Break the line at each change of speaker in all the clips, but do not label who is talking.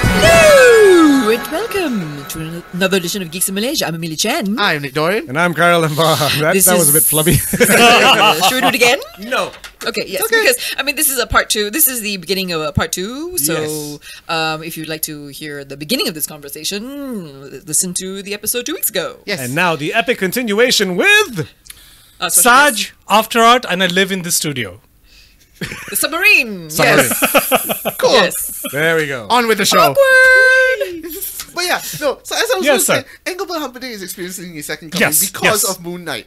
Hello and welcome to another edition of Geeks in Malaysia. I'm Amelia Chen.
I'm Nick Dorian.
And I'm Carl Limbaugh. That,
This
that was
is-
a bit flubby.
Should we do it again?
No.
Okay, yes, because I mean this is a part two. This is the beginning of a part two. So, um, if you'd like to hear the beginning of this conversation, listen to the episode two weeks ago.
Yes.
and now the epic continuation with
Uh, special guest,
Saj, after art, and I live in the studio.
the submarine.
yes. cool.
Yes.
There we go.
On with the show.
Awkward.
But yeah, no. So as I was
Yes,
saying,
sir.
Engelbert Humperdinck is experiencing his second coming
Yes,
because
yes.
of Moon Knight.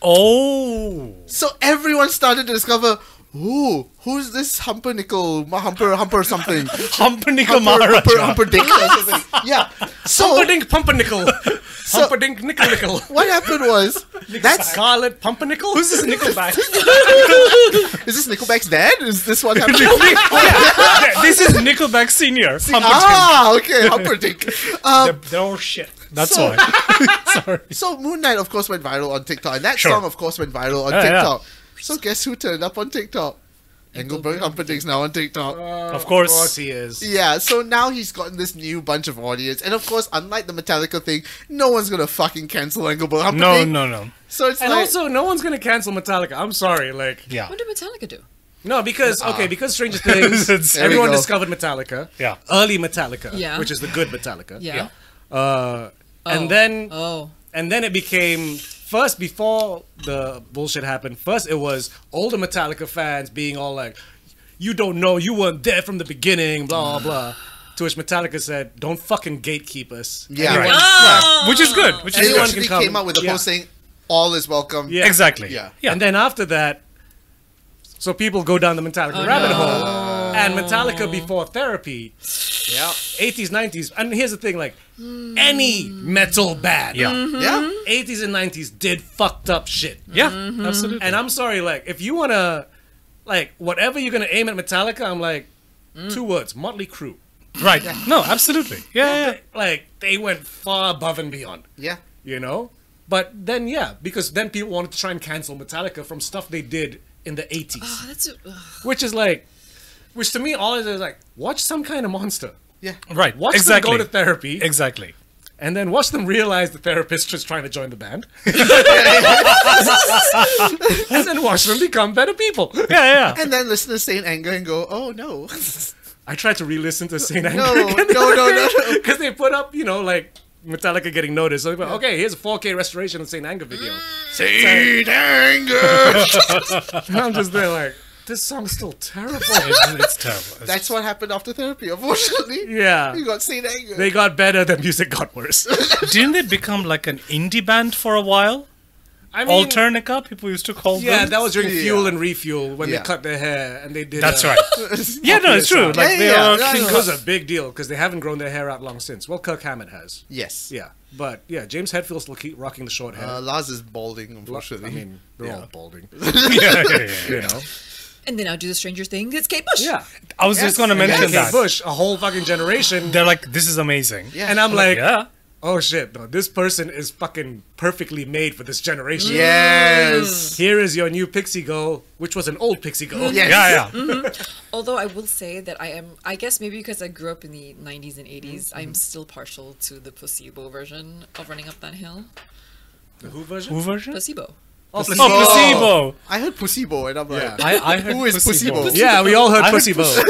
Oh.
So everyone started to discover, ooh, who's this Humpernickel, ma- Humper, Humper something,
Humpernickel
Humper,
Maharaja.
Humper, Humperdick or something. Yeah. So
Pumperdink Pumpernickel. Humperdink Nickelnickel.
what happened was, that's
Scarlet Pumpernickel? Who's this Nickelback?
is this Nickelback's dad? Is this what happened?
Oh,
Yeah, this is Nickelback Senior. Humperdink.
ah, okay, Humperdick. Um,
They're,
uh,
they're all shit. That's
So-
why.
So Moon Knight, of course, went viral on TikTok, and that
Sure.
song, of course, went viral on
Yeah, yeah.
TikTok. So guess who turned up on TikTok? Engelbert Humperdinck's now on TikTok.
Uh.
Of course.
he is.
yeah, so now he's gotten this new bunch of audience, and of course, unlike the Metallica thing, no one's gonna fucking cancel Engelbert
No,
Humperdinck.
no, no.
So it's
And
like,
also, no one's gonna cancel Metallica. I'm sorry, like
Yeah.
What did Metallica do?
no, because okay, because Stranger Things,
There
we
everyone
go.
discovered Metallica.
Yeah.
early Metallica,
Yeah.
which is the good Metallica.
Yeah.
Uh,
Oh.
and then
Oh.
and then it became first before the bullshit happened. First, it was older Metallica fans being all like, "You don't know, you weren't there from the beginning," blah blah blah. To which Metallica said, "Don't fucking gatekeep us."
yeah,
Anyone-
Oh.
which is good. Which
and
is
he
anyone can
actually
come.
came out with a
Yeah.
post saying, "All is welcome."
Yeah.
Exactly.
Yeah.
And then after that, so people go down the Metallica rabbit hole. And Metallica before therapy,
yeah,
80s, 90s. And here's the thing like, any metal band,
Yeah.
Mm-hmm. 80s and 90s did fucked up shit.
Yeah. Mm-hmm. Absolutely.
And I'm sorry, like, if you wanna, like, whatever you're gonna aim at Metallica, I'm like, two words Motley Crue.
Mm. right. No, absolutely. Yeah. yeah.
They- Like, they went far above and beyond,
yeah,
you know? But then, yeah, because then people wanted to try and cancel Metallica from stuff they did in the 80s.
Oh, that's a- ugh.
which is like, which to me, all it is is like, watch some kind of monster.
yeah, yeah.
Right.
Watch
exactly.
them go to therapy,
Exactly.
and then watch them realize the therapist is trying to join the band, and then watch them become better people.
Yeah. Yeah.
And then listeners stay in anger and go, "Oh no."
I tried to re-listen to Saint Anger
No, no, no, no, no.
because they put up, you know, like Metallica getting noticed. So they put, okay, here's a 4K restoration of Saint Anger video.
Saint anger.
And I'm just there like, this song's still terrible.
It's, it's terrible.
That's what happened after therapy. Unfortunately,
yeah,
you got Saint anger.
they got better, the music got worse.
Didn't they become like an indie band for a while?
I mean,
Alternica, people used to call them.
Yeah, that was during
Yeah.
Fuel and Refuel when
Yeah.
they cut their hair and they did.
That's
uh,
right. yeah, no, it's true. Like
Yeah,
they
yeah,
are.
yeah,
It was a big deal because they haven't grown their hair out long since. Well, Kirk Hammett has.
yes.
Yeah, but yeah, James Hetfield still keep rocking the short hair.
Uh, Lars is balding,
I
unfortunately.
mean, they're all balding.
yeah, yeah, yeah, yeah.
You know?
And then I'll do the Stranger Thing. It's Kate Bush.
Yeah.
I was just going to mention
Kate
that.
Bush, a whole fucking generation.
They're like, this is amazing.
Yeah.
And I'm like,
yeah.
oh shit, no, this person is fucking perfectly made for this generation.
Mm.
yes.
Here is your new Pixie Girl, which was an old Pixie Girl.
Yes.
Yeah, yeah.
Although I will say that I am, I guess maybe because I grew up in the 90s and 80s,
Mm-hmm.
I'm still partial to the placebo version of Running Up That Hill.
The Who version?
Who version?
Placebo.
Oh,
Oh, placebo.
I heard placebo, and I'm like,
I, I heard
Who is placebo?
Yeah, we all heard
I heard
Pussy Bow.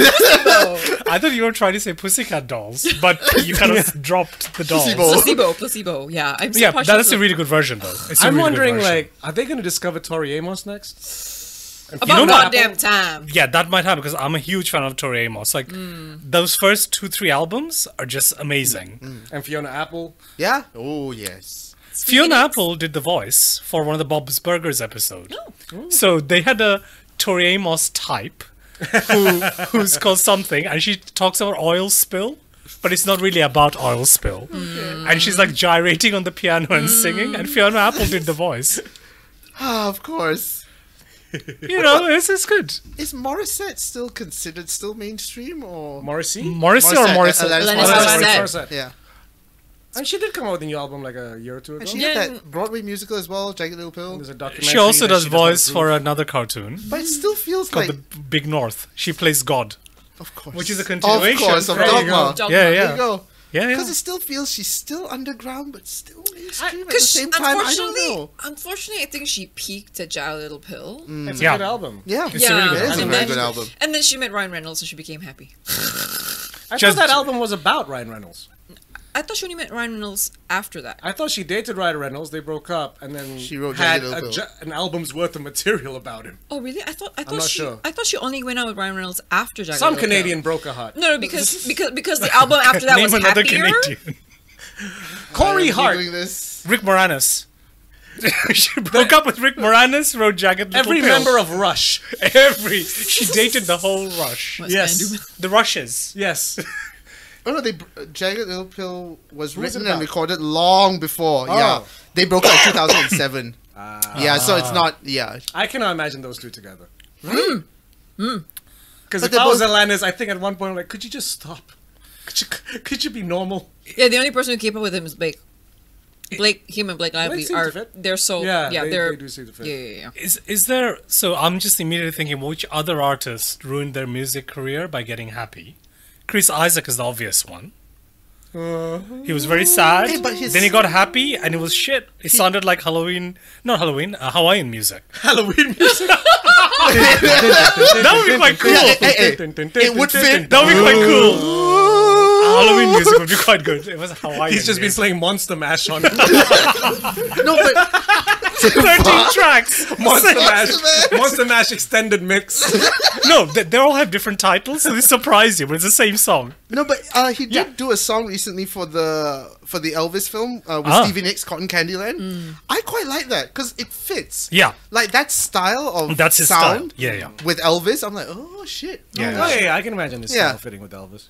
I thought you were trying to say pussycat dolls, but you kind of dropped the dolls.
Placebo.
Placebo, placebo. Yeah, I'm still
Oh. Yeah,
partial
that's
to
a really good version, though. It's a
I'm
really good
wondering,
version.
like, are they going to discover Tori Amos next? And
about
You know what?
goddamn time.
Yeah, that might happen because I'm a huge fan of Tori Amos. Like, those first two, three albums are just amazing.
and Fiona Apple.
yeah. Oh yes.
Fiona Apple did the voice for one of the Bob's Burgers episode.
Oh,
So they had a Tori Amos type who, who's called something, and she talks about oil spill, but it's not really about oil spill.
Oh,
And she's like gyrating
Mm.
on the piano and singing, and Fiona Apple did the voice.
Ah, of course.
you know, it's, it's good.
Is Morissette still considered still mainstream or
Morrissey? Oh,
Morrissey or
Morissette,
Morrissey?
uh,
Alanis
Alanis
Morissette.
Morissette.
Yeah.
And she did come out with a new album like a year or two ago.
And she
Yeah.
had that Broadway musical as well, Jagged Little Pill.
There's a documentary
She also
that
does
she
voice
approve,
for another cartoon
But it still feels
called
like,
The Big North. She plays God.
of course,
which is a
Of
continuation.
course, of
There
you
Dogma.
go.
Yeah,
Dogma.
There
yeah.
you go.
Yeah, yeah.
Because it still feels she's still underground, but still mainstream at the
Because
same time. I don't
unfortunately,
know.
unfortunately, I think she peaked at Jagged Little Pill.
right? It's a
um, Yeah.
good album.
Yeah,
It's a really good
and
it is a
album.
very
then-
good album.
And then she met Ryan Reynolds, and she became happy.
I thought
Just-
that album was about Ryan Reynolds.
I thought she only met Ryan Reynolds after that.
I thought she dated Ryan Reynolds. They broke up, and then
She wrote
had
Jagged Little
a
Pill.
ju- an album's worth of material about him.
Oh, really? I thought I thought
not
she
sure.
I thought she only went out with Ryan Reynolds after Jagged
Some
Little Pill.
Canadian broke a heart.
No, no, because because because the album after that
Name
was
another
happier.
Canadian.
Corey
I'm
Hart.
Googling this.
Rick Moranis. she broke up with Rick Moranis, wrote Jagged Little
Every
Pill.
member of Rush.
Every. She dated the whole Rush.
What's
Yes.
gonna do-
The Rushes.
Yes.
Oh no, they uh, Jagged Little Pill was
Who's it
written and
about?
recorded long before. Yeah,
Oh.
they broke up in 2007.
Ah.
yeah, so it's not. Yeah,
I cannot imagine those two together. Because
Hmm. But
if
they're
I was
both-
Alanis, I think at one point I'm like, could you just stop? Could you, could you be normal?
Yeah, the only person who came up with him is Blake. Blake, him and Blake Lively
seems
are
to fit.
they're so
Yeah,
yeah,
they-
are
they do seem to fit.
Yeah, yeah, yeah.
Is is there? So I'm just immediately thinking, which other artist ruined their music career by getting happy? Chris Isaac is the obvious one. He was very sad.
Hey, but his-
then he got happy, and it was shit. It sounded like Halloween, not Halloween, uh, Hawaiian music.
Halloween music?
That would be quite cool.
Yeah,
That
eh, eh, it would fit.
would be quite cool. Halloween music would be quite good. It was Hawaiian.
He's just been
music.
playing Monster Mash on
No, but
thirteen tracks.
Monster Mash,
Monster Mash.
Monster Mash extended mix. Oh,
No, they, they all have different titles, so they surprise you, but it's the same song.
no, but uh, he did
Yeah.
do a song recently for the for the Elvis film uh, with
Ah. Mm.
Stevie Nicks, Cotton Candy Land. I quite like that because it fits.
Yeah.
like that style of
That's his style.
sound.
Yeah, yeah.
With Elvis, I'm like, oh shit.
Yeah.
Oh, yeah, yeah, I can imagine this
Yeah.
style fitting with Elvis.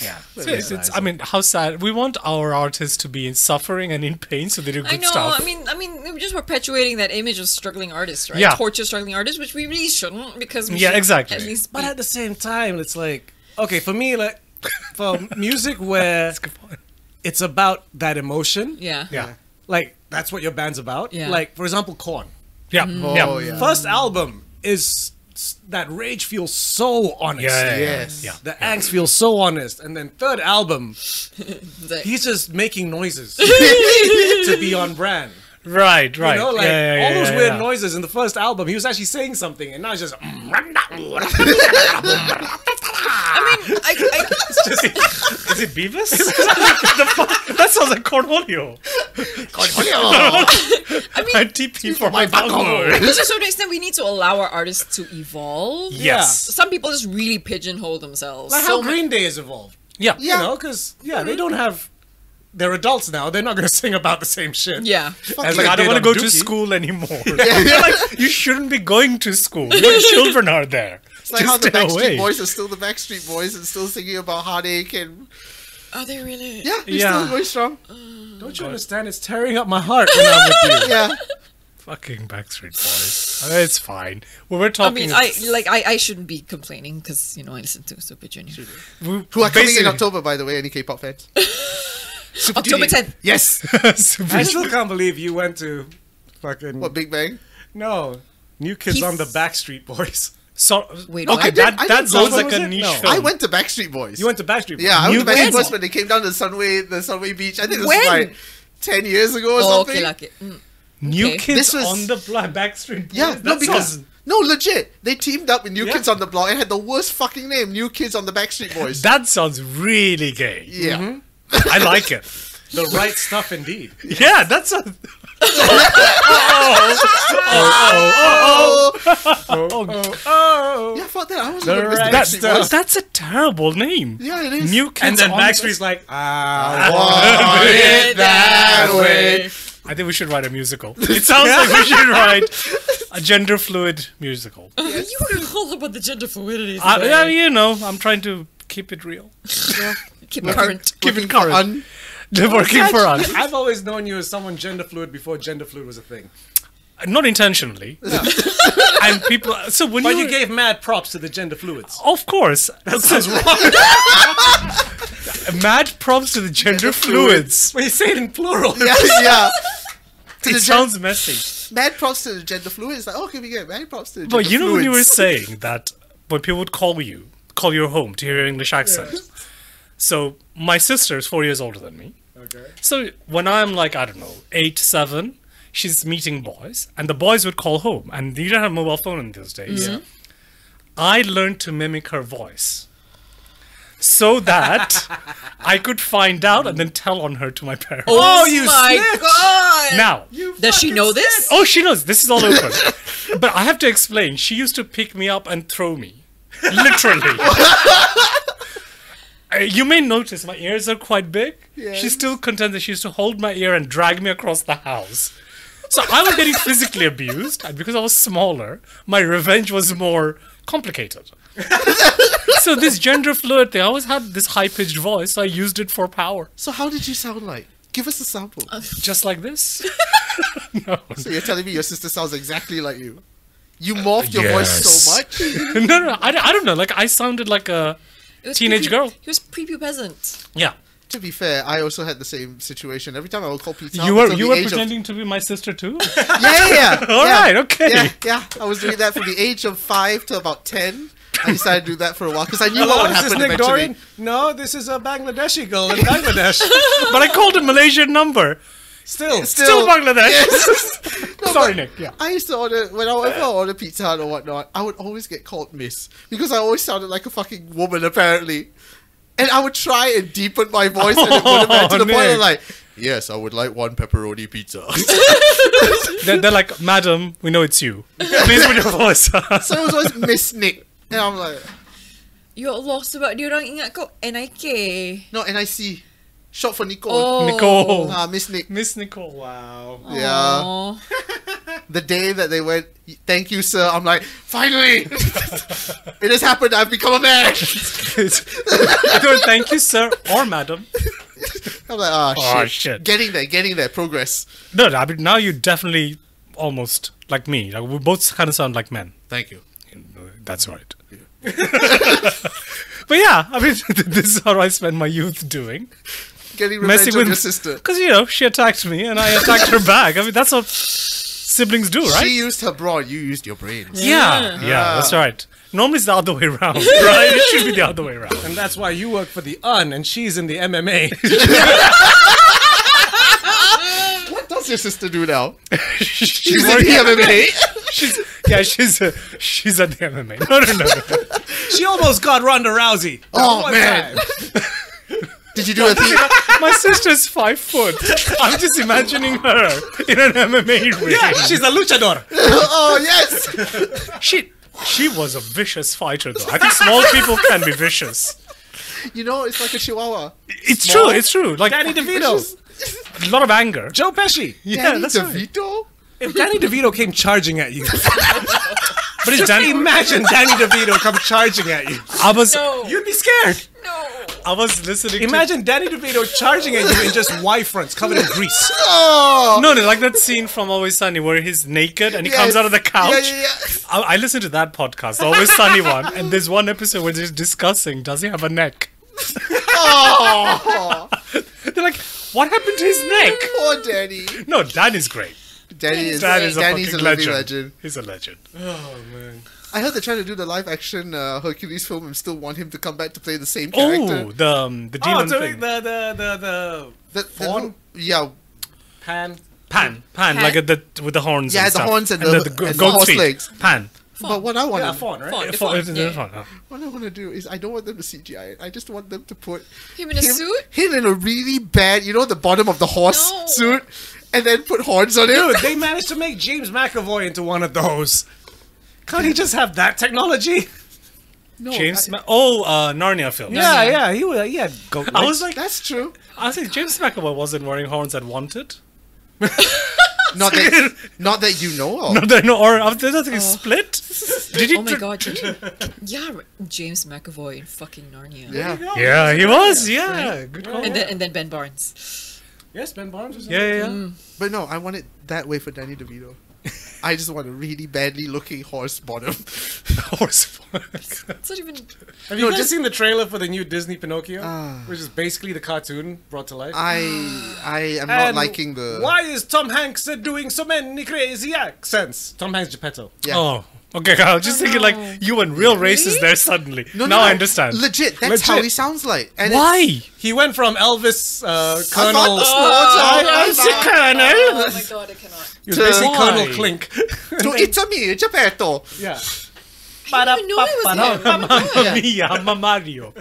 Yeah, it's,
Very
it's- it's-
nice.
I mean, how sad. We want our artists to be in suffering and in pain, so they do good
I know.
stuff.
I mean, I mean, we're just perpetuating that image of struggling artists, right?
Yeah.
Torture struggling artists, which we really shouldn't, because we
Yeah,
should
exactly.
At least,
But
be-
at the same time, it's like okay for me, like for music where
Good point.
it's about that emotion.
yeah,
yeah,
like that's what your band's about.
Yeah. Um,
Like for example, Corn.
yeah,
Oh
yeah.
yeah.
First album is s- that rage feels so honest.
Yeah, yeah,
Yes.
yeah.
The angst feels so honest, and then third album,
It's like-
he's just making noises to be on brand.
Right, right.
You know, like
yeah, yeah,
all
yeah,
those
yeah,
weird
yeah.
noises in the first album. He was actually saying something, and now it's just
Mm. I mean, I, I,
Is it Beavis? The fuck? That sounds like Cornholio.
oh,
I mean,
And TP for my bungle.
to a certain extent, we need to allow our artists to evolve.
Yes.
Some people just really pigeonhole themselves.
like
so
how Green Day has evolved.
Yeah.
Yeah.
You know, because yeah, they don't have. They're adults now. They're not going to sing about the same shit.
yeah.
As
As
like,
they
I don't
did
want
on
to go to
Dookie.
school anymore. You're like, you shouldn't be going to school. Your children are there.
It's like how the
Just stay
Backstreet
away.
Boys are still the Backstreet Boys and still singing about heartache and
Are they really?
yeah, they're
Yeah.
still going strong.
Don't you understand? It's tearing up my heart when I'm with you.
Yeah.
Fucking Backstreet Boys. Uh, It's fine. We were
I
talking.
mean, I like I, I shouldn't be complaining because you know I listen to Super Junior.
we,
Who are coming in
basically-
October, by the way, any K-pop fans? Super
October
Junior.
10th.
Yes.
Super-
I still can't believe you went to fucking
What Big Bang?
no new kids
He's-
on the Backstreet Boys.
So,
Wait,
okay,
I
did-
that,
I
that
did
sounds
go-
like
was
a
it?
niche
No.
film.
I went to Backstreet Boys.
You went to Backstreet Boys.
Yeah, I went to Backstreet
when?
Boys when they came down to Sunway, the Sunway Beach. I think this was
When?
like ten years ago or
Oh,
something.
okay, like it. Mm.
New
Okay.
Kids
This was-
on the Block, Backstreet Boys.
yeah, no,
that
because
sounds-
no, legit, they teamed up with New
Yeah.
Kids on the Block and had the worst fucking name, New Kids on the Backstreet Boys.
that Mm-hmm. sounds really gay.
yeah,
I like it.
The right stuff indeed.
Yeah, that's a. oh, oh, oh, oh, oh, oh.
Oh,
yeah, fuck that. I was
The right
That's,
Backstreet
stuff.
Boys.
that's a terrible name.
Yeah, it is.
New Kids
and then
on
Backstreet's like, ah,
Oh, it that way.
the... I think we should write a musical. It sounds like we should write a gender fluid musical.
You were all about the gender fluidity.
I,
today.
yeah, you know, I'm trying to keep it real.
Keep
uh,
current.
Keep it
current.
current.
They're working for us.
I've always known you as someone gender fluid before gender fluid was a thing.
Uh, not intentionally. and people, uh, so when
But
you,
you gave mad props to the gender fluids.
of course, that sounds wrong. Mad props to the gender fluids.
When you say it in plural.
yeah, yeah. To
It
the gen-
sounds messy.
mad props to the gender fluid. It's like, oh, can we get mad props to the
But
gender
you know when you were
fluids?
saying that when people would call you, call your home to hear your English accent. So my sister is four years older than me.
Okay.
So when I'm like, I don't know, eight, seven, she's meeting boys, and the boys would call home, and you don't have mobile phone in those days. I learned to mimic her voice so that I could find out and then tell on her to my parents.
Oh, you
my
snitch!
god!
Now,
Does she know this?
oh, she knows this is all open. but I have to explain, she used to pick me up and throw me. Literally. Uh, You may notice my ears are quite big. She
Yes.
still contends that she used to hold my ear and drag me across the house. So I was getting physically abused, and because I was smaller, my revenge was more complicated. so this gender fluid thing, I always had this high pitched voice, so I used it for power.
So how did you sound like? Give us a sample.
Just like this.
so you're telling me your sister sounds exactly like you? You
Uh,
morphed your voice so much.
no, no, I, don't- I don't know. Like I sounded like a
It was
Teenage
prepu-
girl.
He was prepubescent.
yeah.
to be fair, I also had the same situation. Every time I would call Peter,
you were you were pretending to be my sister too.
Of, yeah, yeah, yeah.
All
yeah.
right, okay.
Yeah, yeah. I was doing that from the age of five to about ten. I decided to do that for a while because I knew what would
Hello, is
happen
this Nick
eventually.
Dorian? No, this is a Bangladeshi girl in Bangladesh.
But I called a Malaysian number.
Still,
Still Bangladesh.
No,
Sorry,
but
Nick. Yeah.
I used to order whenever I order Pizza Hut or whatnot. I would always get called Miss because I always sounded like a fucking woman apparently, and I would try and deepen my voice and it would have been to the point of
Oh, Nick.
like, yes, I would like one pepperoni pizza.
They're, they're like, Madam, we know it's you. Please put your voice. up."
so it was always Miss Nick, and I'm like,
You're lost about dia orang ingat kau NIK.
no, and I see, short for Nicole.
Oh.
Nicole.
Ah, Miss Nick.
Miss Nicole.
Wow.
Oh.
Yeah.
Aw.
The day that they went, thank you, sir. I'm like, finally, it has happened. I've become a man.
I don't thank you, sir or madam.
I'm like, ah,
Oh,
shit.
shit.
Getting there, getting there. Progress.
No, no, I mean, now you definitely almost like me. Like, we both kind of sound like men.
Thank you.
That's right. but yeah, I mean, this is how I spent my youth doing.
Getting revenge
messing
on
with
your sister.
Because you know she attacked me and I attacked her back. I mean that's what siblings do, right?
She used her brawn. You used your brains.
yeah, yeah, that's right. Normally it's the other way around, right? It should be the other way around.
And that's why you work for the UN and she's in the MMA.
What does your sister do now?
she's
She's in
working,
the MMA.
she's yeah, she's uh, she's at the MMA. No, no, no.
she almost got Ronda Rousey. That
Oh,
one
man.
time.
Did you do a thing?
My sister's five foot. I'm just imagining her in an MMA ring.
Yeah, she's a luchador.
oh yes.
she she was a vicious fighter though. I think small people can be vicious.
You know, it's like a chihuahua.
It's true. It's true. Like
Danny DeVito,
a lot of anger.
Joe Pesci.
Yeah,
Danny
that's right.
DeVito.
If Danny DeVito came charging at you,
But it's Danny.
imagine Danny DeVito come charging at you.
I was
No.
You'd be scared.
no.
I was listening.
Imagine Danny DeVito charging at you in just Y fronts covered in grease.
Oh.
to, no, no, like that scene from Always Sunny where he's naked and he comes out of the couch.
Yeah, yeah, yeah.
I, I listened to that podcast, the Always Sunny one, and there's one episode where they're discussing does he have a neck.
Oh.
they're like, what happened to his neck?
Poor Danny.
No, Dan is great.
Danny is,
Dan is a
Danny's a,
fucking
living
legend.
legend.
He's a legend.
Oh man.
I heard they're trying to do the live action uh, Hercules film and still want him to come back to play the same character.
Oh, the um, the
Oh,
demon
the,
thing.
the the the the
The- the-
Fawn?
yeah,
pan.
Pan, pan,
Pan.
like at the with the horns.
Yeah,
and
the
stuff.
horns and
and the,
the-
the, go-
and the
goat's
horse
feet.
legs.
Pan.
but what I want,
Yeah,
to,
fawn, right?
Fawn. The
For-
font, yeah.
font, huh?
what I want to do is I don't want them to CGI it. I just want them to put
Him in a suit?
him in a really bad, you know, the bottom of the horse
No.
suit, and then put horns on him.
Dude, they managed to make James McAvoy into one of those. Can't he just have that technology?
no,
James.
I-
Ma- oh, uh, Narnia film.
Yeah, yeah, he was. He had goat.
I was like,
that's true.
I think James McAvoy wasn't wearing horns at Wanted.
Not that, not that you know of.
No, no, or after that thing split. Did you?
Oh my
tr-
god, did you- yeah, James McAvoy in fucking Narnia.
Yeah.
Yeah, he was. Yeah, good call.
And then, and then Ben Barnes.
yes, Ben Barnes was. in
Yeah,
it.
yeah, yeah.
but no, I want it that way for Danny DeVito. I just want a really badly looking horse bottom.
Mm.
Horse fuck.
It's not even.
Have you just Ah. seen the trailer for the new Disney Pinocchio, which is basically the cartoon brought to life?
I I am not
Ah. And
liking the
Why is Tom Hanks uh, doing so many crazy accents? Tom Hanks Geppetto.
Yeah.
Oh. Okay, I was just thinking
no.
like you went real
Oh,
racist
Really?
there suddenly. now I understand.
Legit, that's how
Legit.
he sounds like. And it's-
Why?
He went from Elvis uh,
I
Colonel.
thought
Oh,
this was all time.
Oh my god, I cannot.
he was basically
Why?
Colonel Clink.
To it's a me, Geppetto.
yeah.
I didn't even know it was him.
Yeah.
Mia, Mamma Mario.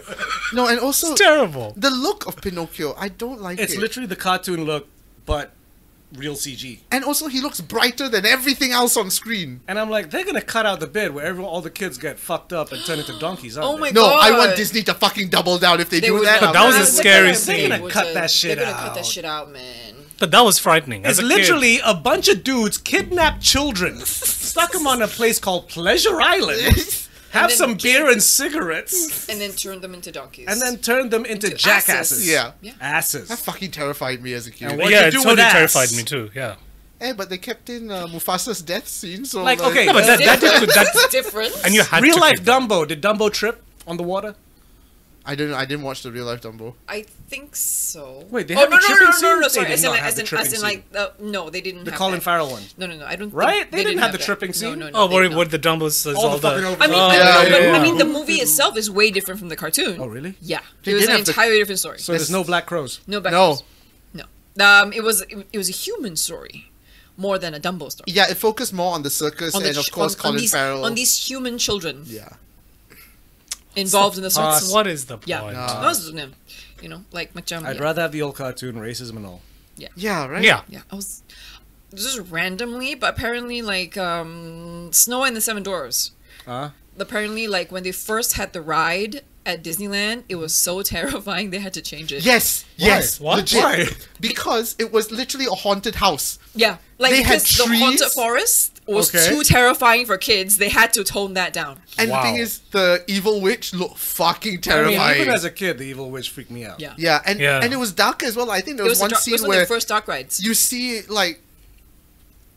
No, and also
It's terrible.
the look of Pinocchio, I don't like
It's
it.
literally the cartoon look, but real CG.
and also, he looks brighter than everything else on screen.
And I'm like, they're gonna cut out the bit where everyone, all the kids get fucked up and turn into donkeys. Aren't
Oh my
they?
No, I
God.
want Disney to fucking double down if they,
They
do
would
that.
not-
That was a
they're
scary
gonna-
scene.
They're gonna cut that shit out. They're gonna cut that
out.
shit out, man.
But that was frightening.
It's
As a kid.
literally a bunch of dudes kidnap children, stuck them on a place called Pleasure Island, have
then
some beer and cigarettes,
And then turn them into donkeys.
and then turn them
Into
into,
asses.
jackasses.
Yeah.
Yeah.
That
Asses.
fucking terrified me as a kid.
what-
yeah,
you
it
do
totally
with ass.
terrified me too. Yeah.
Eh, but they kept in uh, Mufasa's death scene, so
Like, okay,
No, but that, that, that, that-
It's different.
and you had
Real
to
life
keep-
Dumbo. Did Dumbo trip on the water?
I don't know. I didn't watch the real life Dumbo.
I think so.
Wait, they
oh,
have
no,
a
no, no,
tripping
no, no,
scene?
no,
They
sorry.
did
as
not
in,
have
as
the
in,
tripping
as in,
scene.
like, uh, no, they didn't.
The
have
Colin
that.
Farrell one.
No, no, no. I don't.
Right?
Think
They didn't have the
that.
tripping scene?
No, no, no.
Oh,
they
worry
did not.
what the Dumbos is
All
all
the fucking
the.
over-
I mean,
Oh,
I
yeah,
know, but
yeah,
I mean,
yeah.
the movie itself is way different from the cartoon.
Oh, really?
Yeah,
They
it was
did
an
have the-
entirely different story.
So there's no black crows.
no, back
No.
no. Um, it was it, it was a human story more than a Dumbo story.
Yeah, it focused more on the circus
On the
and of
ch-
course
on, on
Colin
these,
Farrell.
on these human children
yeah,
involved in the
past.
circus.
What is the point?
Yeah, that was them. You know, like macam.
I'd
yeah.
rather have the old cartoon, racism and all.
yeah, right.
Yeah.
Yeah, I was just randomly, but apparently, like um, Snow and the Seven Dwarfs.
Huh?
Apparently, like when they first had the ride at Disneyland, it was so terrifying they had to change it.
Yes, yes,
Why?
legit.
Why?
Because it was literally a haunted house.
Yeah, like
They had
because the haunted
trees?
forest was
Okay.
too terrifying for kids. They had to tone that down.
And
Wow.
the thing is, the evil witch looked fucking
I mean,
terrifying.
even as a kid, the evil witch freaked me out.
Yeah,
yeah, and
Yeah.
and it was dark as well. I think there
It was,
was,
a
one
dark- it
scene
was one of
where
the first dark rides.
you see like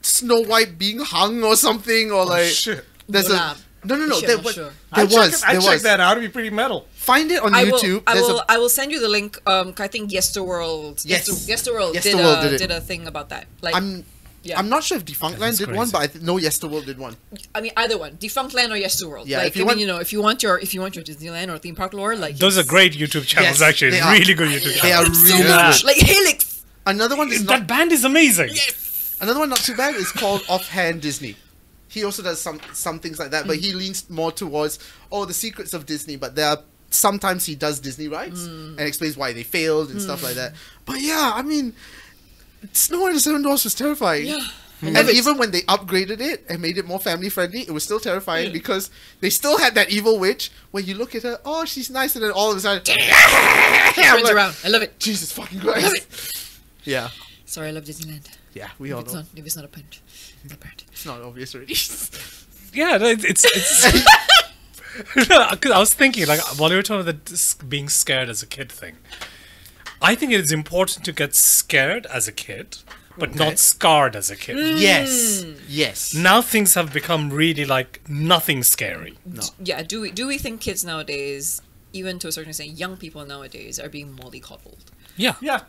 Snow White being hung or something, or like
Oh, shit.
there's
No, nah.
a. No, no, no.
Shit,
There,
I'm
wa-
sure.
there
I
was.
Check, it- I
There
checked
was.
that out. It'd be pretty metal.
Find it on
I will,
YouTube.
I
There's
will,
a
I will send you the link. Um, I think Yesterworld.
Yes.
Yester- Yesterworld, did,
Yesterworld
a,
did
did,
it.
a thing about that. Like,
I'm
yeah.
I'm not sure if Defunctland
That's
did one,
crazy.
but I th- no, Yesterworld did one.
I mean, either one, Defunctland or Yesterworld.
Yeah,
like,
if you
I mean,
want-
you know, if you want your if you want your Disneyland or theme park lore, like
Those are great YouTube channels,
Yes,
actually.
they are.
Really good YouTube
They are
channels.
Them so
really
much,
good.
like Helix.
Another one is
That
not.
band is amazing.
Another one not too bad is called Offhand Disney. He also does some some things like
Hmm.
that, but he leans more towards oh the secrets of Disney. But there are sometimes he does Disney rights
Hmm.
and explains why they failed and stuff like that. But yeah, I mean, Snow and the Seven Dwarfs was terrifying.
Yeah.
And even when they upgraded it and made it more family friendly, it was still terrifying because they still had that evil witch where you look at her, oh, she's nice, and then all of a sudden, I'm
Turns
like,
around. I love it.
Jesus fucking
I love
Christ.
it.
Yeah,
Sorry, I love Disneyland.
yeah, we
If
all
it's
know.
not, if it's not a print, it's not a print.
It's not obvious already.
Yeah, no, it's it's. it's Because I was thinking, like, while you were talking about the s- being scared as a kid thing, I think it is important to get scared as a kid, but not scarred as a kid.
Mm. yes, yes.
Now things have become really like nothing scary.
yeah, do we do we think kids nowadays, even to a certain extent, young people nowadays are being mollycoddled?
Yeah.
Yeah,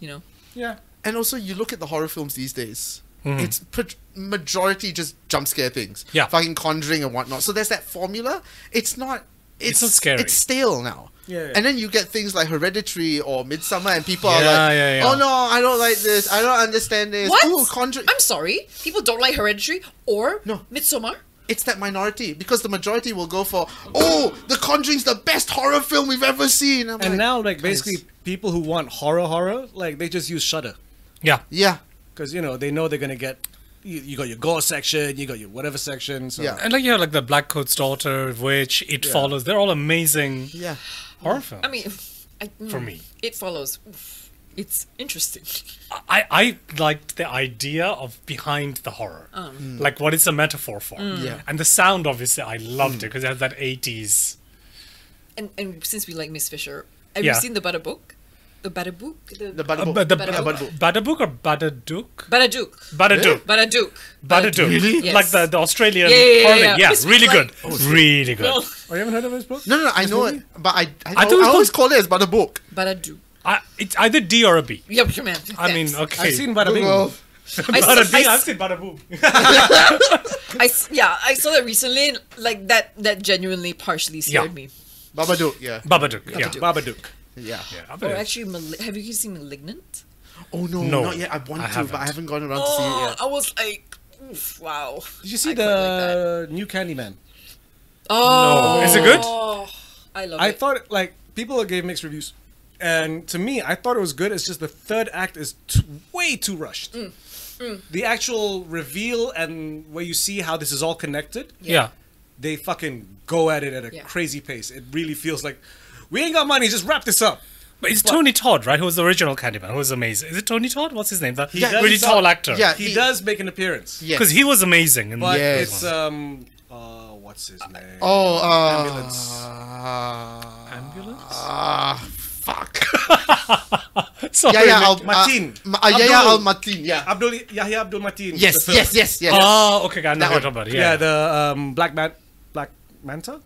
You know,
yeah.
And also, you look at the horror films these days. It's pa- majority just jump scare things,
Mm-hmm. Yeah.
fucking Conjuring and whatnot. So there's that formula. It's not. It's,
not scary.
It's stale now.
Yeah, yeah.
And then you get things like Hereditary or Midsummer, and people are
Yeah,
like,
yeah, yeah.
"Oh no, I don't like this. I don't understand this."
what?
Ooh, Conjuring.
I'm sorry, people don't like Hereditary or
No.
Midsommar.
It's that minority because the majority will go for, "Oh, The Conjuring's the best horror film we've ever seen." I'm
And
like,
now, like, basically,
guys.
people who want horror, horror, like, they just use Shudder
Yeah.
yeah,
because you know they know they're gonna get. You, you got your gore section, you got your whatever section. So.
Yeah.
And like you have like the Black Coat's Daughter, Witch, It Follows. They're all amazing
yeah.
horror films.
I mean, I,
For
mm,
me.
it follows. Oof. It's interesting.
I, I liked the idea of behind the horror, like what it's a metaphor for,
Yeah.
and the sound. Obviously, I loved it because it has that eighties.
And and since we like Miss Fisher, have
Yeah.
you seen the Butter Book? the Badabook, the, the
The Bada Book.
Uh, but the-
yeah, Bada Book.
Badabook or Badaduke?
Badajuk,
Badaduke.
Badajuk,
Badaduke.
Really?
Like the, the Australian
Yeah, yeah, yeah,
hurling.
yeah. It's
really
like-
good. really good.
Oh, you haven't heard of this book?
No, no, no, I know it, but I I,
I
I,
thought it was
always call it as Bada Book.
Badajuk.
I, it's either D or a B.
Yep, your man.
I mean,
Thanks.
okay.
I've seen Bada Bing.
Google.
I, saw,
Bada Bing,
I
I've seen Bada Boom.
I s- yeah, I saw that recently. and, Like that, that genuinely partially scared
Yeah.
me.
Babadook, yeah,
Babadook. Yeah.
Babadook.
Babadook.
yeah.
Yeah,
Or
Babadook.
Oh, actually, Mali- have you seen *Malignant*?
Oh no,
No,
not yet. I want
I
to,
haven't.
but I haven't gone around to see it
Oh,
yet.
I was like, oof, wow.
Did you see
I quite like that.
the new Candyman?
Oh,
Is it good?
I love
I
it.
thought like people gave mixed reviews, and to me, I thought it was good. It's just the third act is t- way too rushed. The actual reveal and where you see how this is all connected,
Yeah.
they fucking go at it at a
Yeah.
crazy pace. It really feels like we ain't got money. Just wrap this up.
But it's Tony Todd, right? Who was the original Candyman? Who was amazing. Is it Tony Todd? What's his name? The
Yeah,
really
he's
tall
not-
actor.
yeah.
He
He-
does make an appearance,
Yeah.
Because he was amazing. In
but
Yes.
it's um, uh, what's his name?
Oh, uh,
Ambulance.
Ambulance?
Ah, fuck.
Sorry,
Yahya
mate.
Al
Mateen.
Uh, Ma- uh, Yahya
Abdul-
Al Mateen. Yeah.
Abdul Yahya Abdul Mateen.
Yes,
the third.
yes, yes, yes.
Oh, okay, I
That
know what
one.
you're talking about.
yeah.
Yeah, yeah.
the um, Black Man, Black Manta.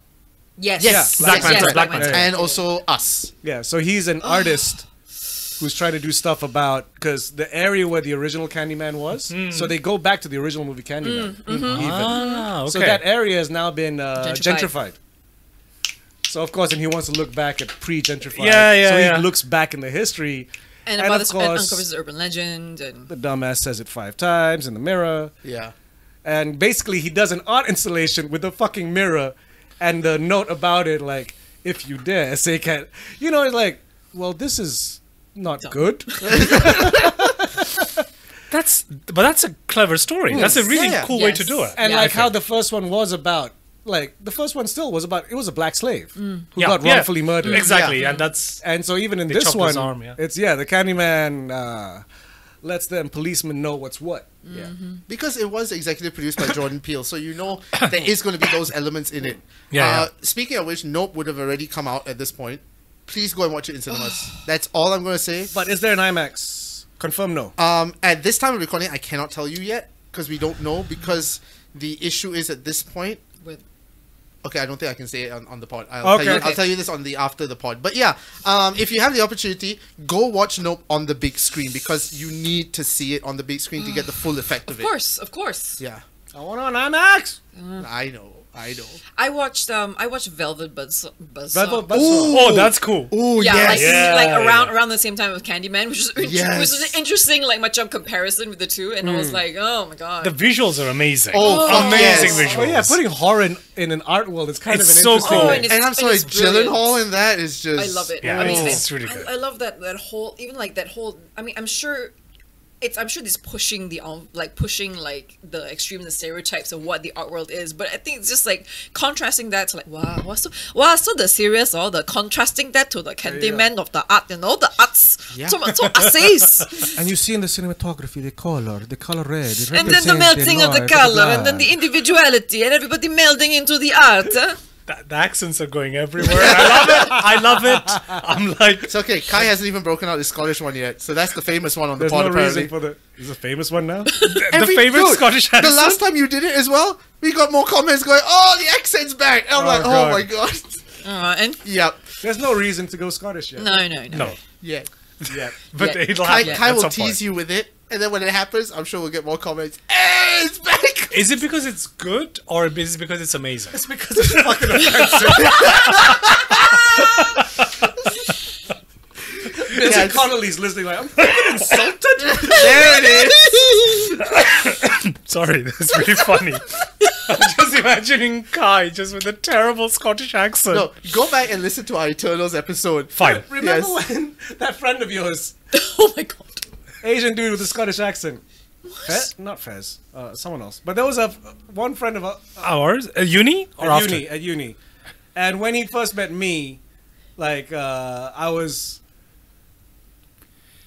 yes,
yes,
yes,
Black
yes,
Panther,
yes,
Black Panther.
and also us.
Yeah, so he's an artist who's trying to do stuff about because the area where the original Candyman was. So they go back to the original movie Candyman. even.
Hmm. Ah, okay.
So that area has now been uh, gentrified.
Gentrified.
So of course, and he wants to look back at pre-gentrified.
Yeah, yeah,
So he
yeah.
looks back in the history,
And,
and
about
of
this, and
course,
uncovers urban legend and
the dumbass says it five times in the mirror.
Yeah.
and basically he does an art installation with a fucking mirror and the note about it like if you dare say can you know it's like well this is not good
that's but that's a clever story. That's a really
Yeah, yeah.
cool way to
Yes.
do it.
and
Yeah.
like how
Okay.
the first one was about like the first one still was about it was a black slave who
Yeah,
got
yeah.
wrongfully murdered
Exactly,
Yeah.
and that's
and so even in
They
this
chopped
one
his arm, yeah.
it's yeah the candyman uh lets them policemen know what's what yeah
Because it was executive produced by Jordan Peele, so you know there is going to be those elements in it.
Yeah,
Uh,
yeah.
Speaking of which, Nope would have already come out at this point. Please go and watch it in cinemas. That's all I'm going to say.
but is there an imax confirm no
Um, at this time of recording, I cannot tell you yet because we don't know. Because the issue is at this point.
with
Okay, I don't think I can say it on, on the pod. I'll,
Okay.
tell you,
Okay.
I'll tell you this on the after the pod. But yeah, um, if you have the opportunity, go watch Nope on the big screen because you need to see it on the big screen to get the full effect of
of
it.
course, Mm. of course.
Yeah,
i want an imax
I know, I know.
I watched um I watched Velvet Buzz Buzz.
Velvet Buzzsaw.
oh, that's cool.
Oh
yeah, like,
Yeah,
like
yeah,
around
yeah.
around the same time with Candyman, which is which
Yes.
was an interesting like much of comparison with the two, and I was like, oh my god,
Mm. The visuals are amazing.
Oh, fuck
amazing
yes.
visuals.
Oh yeah, putting horror in, in an art world is kind
It's
of an
so
interesting.
cool.
oh,
thing.
and it's,
and I'm
and
sorry,
it's brilliant.
Gyllenhaal in that is
I
just.
love it.
Yeah,
I mean,
Oh.
it's-
that-
it's really good.
I, I love that that whole even like that whole. I mean, I'm sure. It's, I'm sure this pushing the en- like pushing like the extremes and stereotypes of what the art world is, but I think it's just like contrasting that to like wow, what's so wow, so the serious or the contrasting that to the Candyman of the art, you know, the arts,
Yeah.
so so arts,
And you see in the cinematography the color, the color red. it
and then the
represents
melting of the
life,
color,
blah.
and then the individuality, and everybody melding into the art. huh?
Th- the accents are going everywhere. I love it. I love it. I'm like,
It's okay. Kai hasn't even broken out the Scottish one yet, so that's the famous one on the
There's
pod.
no
apparently,
reason for the. Is a famous one now?
the
Every-
favorite
dude,
Scottish accent.
The last time you did it as well, we got more comments going, "Oh, the accent's back!" And I'm
Oh,
like,
God.
"Oh my god."
Uh, and
yep.
There's no reason to go Scottish yet.
no, no, no,
no,
Yeah.
Yeah.
but
Yeah.
it'll
Kai,
happen
Kai
at
will
some
tease
point.
you with it, and then when it happens, I'm sure we'll get more comments. Hey, it's back.
Is it because it's good or is it because it's amazing?
It's because it's fucking offensive.
Yeah,
Vincent
it's-
Connolly's listening like, I'm fucking insulted.
there it
Sorry, that's really funny. I'm just imagining Kai just with a terrible Scottish accent.
is. No, go back and listen to our Eternals episode.
Fine.
Yes.
Remember when that friend of yours,
oh my god.
Asian dude with a Scottish accent, Fez? Not Fez, uh, someone else. But there was a one friend of a,
Hours? Uh, uni? Or
at
after?
uni at uni and when he first met me like uh, i was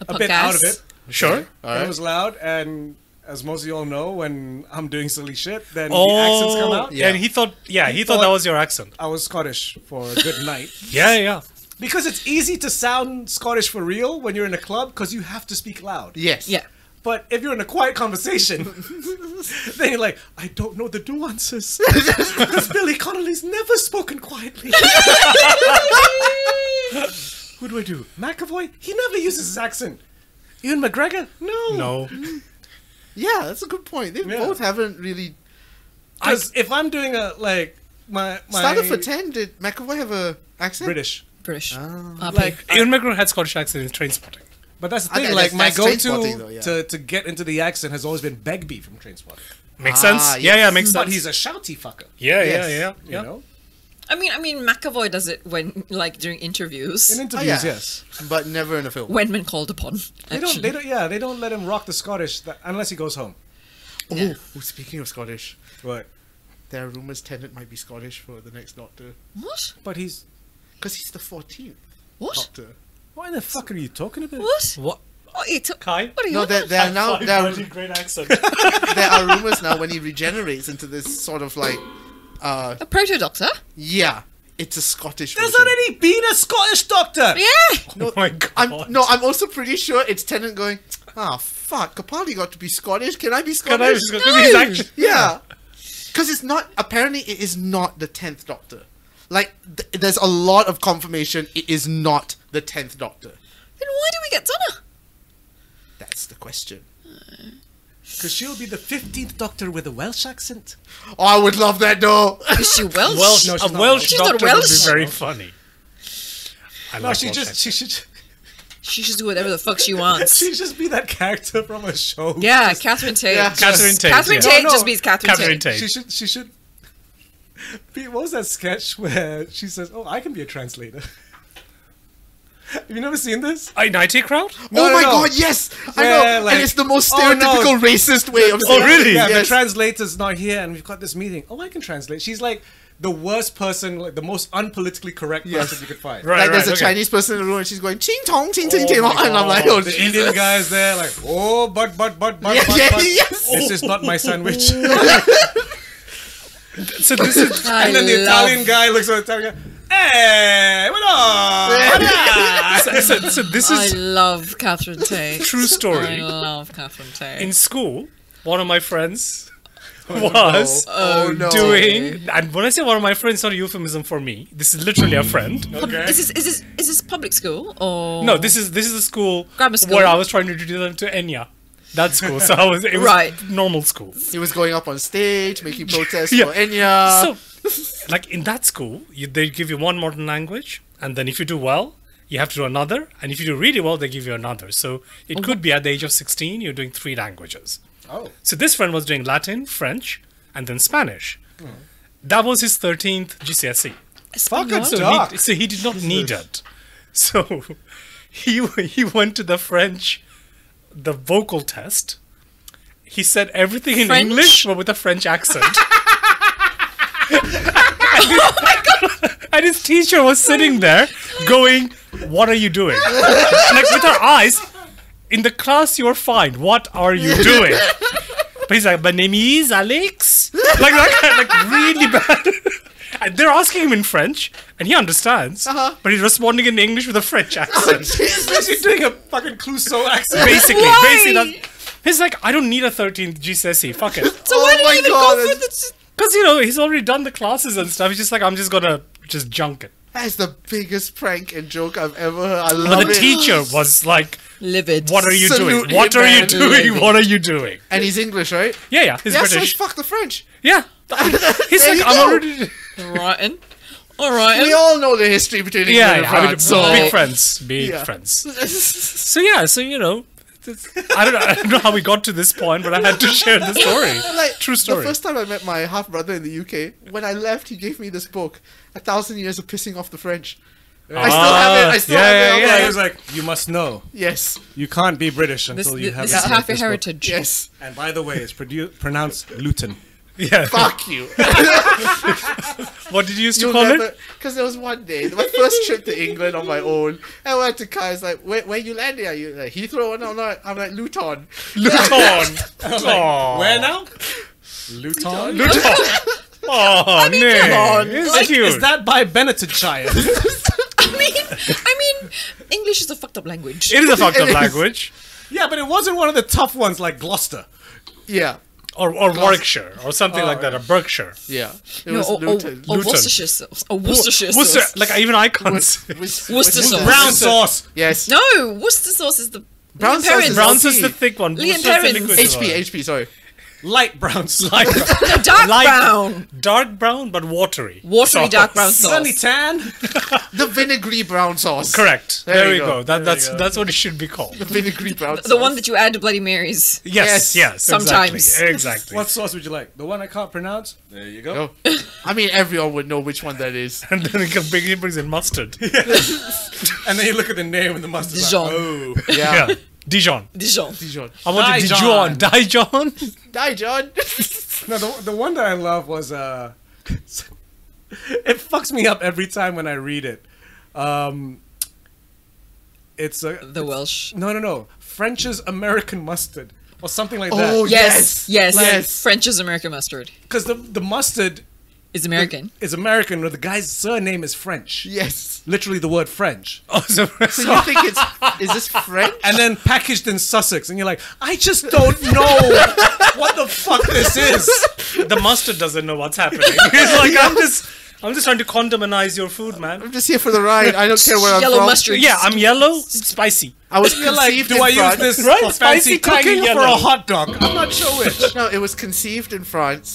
a bit out of
podcast.
it
Sure.
All right.
it was loud and as most of you all know when i'm doing silly shit then
Oh,
the accents come out
Yeah.
and he thought, yeah, he,
He
thought, that
thought-
was your accent.
i was scottish for a good night
Yeah, yeah.
Because it's easy to sound Scottish for real when you're in a club because you have to speak loud.
Yes.
Yeah.
But if you're in a quiet conversation, then you're like, I don't know the nuances. Because Billy Connolly's never spoken quietly. Who do I do? McAvoy? He never uses his accent. Ewan McGregor? No.
No.
Yeah, that's a good point. They
Yeah.
both haven't really.
Because if I'm doing a, like, my. my
Started for 10, did McAvoy have a accent?
British.
British.
Oh.
RP.
Like Ian McGregor had Scottish accent in train spotting.
But that's the
I
thing,
think
like,
that's-
my
that's
go
Trainspotting though,
to
yeah.
to to get into the accent has always been Begbie from Trainspotting.
Makes
Ah,
sense. Yeah,
yes.
yeah, makes
But
sense.
he's a shouty fucker.
yeah,
Yes.
yeah, Oh yeah,
You
yeah.
know?
I mean, I mean, McAvoy does it when, like, during interviews,
In
Oh,
interviews,
yeah.
yes.
But never in a film.
when men called upon.
They don't,
actually.
they don't, yeah, they don't let him rock the Scottish that, unless he goes home.
Oh,
Yeah.
oh, speaking of Scottish,
Right.
there are rumors Tennant might be Scottish for the next Doctor.
What?
But he's.
Because he's the 14th
What?
Oh.
Doctor.
Why the fuck are you talking about?
What?
What?
Oh, it took.
Kai?
What are you?
No,
No,
there, there are now there are,
great accent.
there are rumors now when he regenerates into this sort of like, uh,
a proto doctor.
yeah, it's a Scottish.
There's
version.
already been a Scottish doctor!
Yeah.
oh my god.
I'm no, I'm also pretty sure it's Tennant going. Ah, fuck! Capaldi got to be Scottish. Can I be Scottish?
Can I just go- 'cause he's actually-
Yeah. Because it's not, apparently, it is not the 10th Doctor. Like, th- there's a lot of confirmation it is not the 10th Doctor.
Then why do we get Donna?
That's the question.
Because she'll be the 15th doctor with a Welsh accent.
Oh, I would love that though.
Is she Welsh?
Welsh,
No, she's
a
not
Welsh
She's not
doctor would
Welsh.
be very funny. I
No,
like
she
Welsh
just,
accents.
she should,
She should do whatever the fuck she wants.
she just be that character from a show.
yeah, Catherine Tate.
Yeah.
Catherine Tate.
Catherine
yeah.
Tate
Oh, No, no.
just beats Catherine,
Catherine
Tate.
Tate.
She should. She should. Pete, What was that sketch where she says, "Oh, I can be a translator"? Have you never seen this?
I Nighty Crowd?
No,
oh
no,
my
no.
god, yes! I
Yeah,
know!
like-
and it's the most
Oh, no.
stereotypical racist way of saying
Oh, really?
Yeah, the
Yes.
translator's not here, and we've got this meeting. Oh, I can translate. She's like the worst person, like the most unpolitically correct
Yes.
person you could find.
Right,
like, there's
right,
a
okay.
Chinese person in the room and she's going, ching tong, ting ting
Oh
ting.
my
And I'm like,
God.
oh,
The
Jesus.
Indian guy's there, like, oh, but, but, but, but,
Yeah,
but,
yeah,
but.
yes.
this is not my sandwich.
So this is
I
and then the
love-
Italian guy looks at the Italian guy, hey, what
Oh,
up?
so, so- so this
I
is
love Catherine Tate.
true
I
story.
love Catherine Tate.
In school, one of my friends was
Oh no.
doing, and when I say one of my friends, it's not a euphemism for me. This is literally a friend.
Okay.
is this is this is this public school or
No, this is this is a school,
Grammar school.
where I was trying to introduce them to Enya. That school, so I was it was
Right.
normal school.
He was going up on stage, making protests
Yeah.
for Enya.
so, like in that school, you, they give you one modern language, and then if you do well, you have to do another, and if you do really well, they give you another. So it
Oh.
could be at the age of 16, you're doing three languages.
Oh,
So this friend was doing Latin, French, and then Spanish. That was his 13th GCSE.
Espanol?
fucking
So
Dark.
he, so he did not need it. So he he went to the French, the vocal test. He said everything in
French?
English, but with a French accent. and his teacher was sitting there going, What are you doing? like with her eyes, in the class you're fine. What are you doing? But he's like, My name is Alex. Like like, like really bad. And they're asking him in French, and he understands,
Uh-huh.
but he's responding in English with a French accent.
she's doing a fucking Clouseau accent.
basically,
Why?
basically, that, he's like, I don't need a 13th GCSE. E. Fuck it,
So why
Oh
did
my
you even
God,
go for
that's-
this?
because you know he's already done the classes and stuff. He's just like, I'm just gonna just junk it.
That's the biggest prank and joke I've ever heard. I love
But the
it.
teacher was like,
Livid.
What are you
Absolutely
doing? What are you
bad
doing? What are you doing?
and he's English, right?
Yeah, yeah, he's
yeah, so
British.
fuck the French.
yeah, he's
There
like,
you
I'm
go.
already.
Right. All right.
We all know the history between England
Yeah,
and
yeah, I mean,
France. so
big friends, big
Yeah.
friends. So yeah, so you know, this- I don't know, I don't know how we got to this point, but I had to share the story.
like,
True story.
The first time I met my half brother in the UK, when I left, he gave me this book, A Thousand Years of Pissing Off the French. I still have it. I still
Ah, yeah,
have it. I'm
yeah,
like,
He was like, you must know,
Yes,
you can't be British
This,
until you have
this
read
is half your
this book."
heritage.
yes.
And by the way, it's produ- pronounced Luton.
yeah.
Fuck you.
What did you used to
You'll
call
never.
it?
Because there was one day, my first trip to England on my own, and I went to Kai's like, where, where you landing? Are you like Heathrow? And I'm like, I'm like Luton.
Luton.
Where now? Luton.
Luton. Oh,
come
no.
on.
It's
Like,
cute.
Is that by Benetton Shire?
I mean, I mean, English is a fucked up language.
It is a fucked up
It is.
language.
Yeah, but it wasn't one of the tough ones like Gloucester.
Yeah.
Or, or Warwickshire, or something like that, or Berkshire.
Yeah. It
No, oh,
was
or, or,
Luton.
or
Luton.
Worcestershire sauce. Or Worcestershire
Worcester,
sauce.
like even I can't say.
Worcester-
Worcester sauce.
Brown
Worcester.
sauce.
Yes.
no, Worcester sauce is the
Brown
Liam
sauce
Perrin.
is
Brown
LP.
is the thick one.
Lee and
Worcester's the
Perrins.
liquid
HP,
one.
HP, sorry.
Light brown sauce.
Light brown.
No, dark
Light-
brown.
Dark brown, but watery.
Watery
Sauce.
dark brown sauce.
Sunny tan.
The vinegary brown sauce.
Correct.
There
There,
you go.
we go. That, that's that's what it should be called.
The vinegary brown sauce.
The one that you add to Bloody Marys.
Yes, yes.
Sometimes.
Exactly. exactly.
What sauce would you like? The one I can't pronounce. There you go.
Oh. I mean, everyone would know which one that is.
and then it comes- it brings in mustard. Yeah.
And then you look at the name and the mustard.
Dijon.
Like, oh,
Yeah.
Dijon.
Dijon.
Dijon.
I want a
Dijon.
Dijon.
Dijon.
Dijon.
No, the, the one that I love was uh, it fucks me up every time when I read it. Um, it's a
The Welsh.
no, no, no, French's American mustard or something like
Oh,
that.
Yes, yes.
Yes.
French is American mustard.
Because the the mustard
Is American.
is American, but the guy's surname is French.
yes.
Literally, the word French,
Oh, so,
So you think it's is this French?
and then packaged in Sussex, and you're like, I just don't know what the fuck this is.
the mustard doesn't know what's happening. It's like I'm just I'm just trying to condominize your food, man.
I'm just here for the ride. I don't care where I'm
Yellow
from.
mustard.
Yeah, I'm yellow, spicy.
I was
You're like,
conceived
do
in
I
France.
use this
Right,
for fancy
spicy cooking
cooking or for a
yellow.
hot dog? I'm not sure which.
No, it was conceived in France,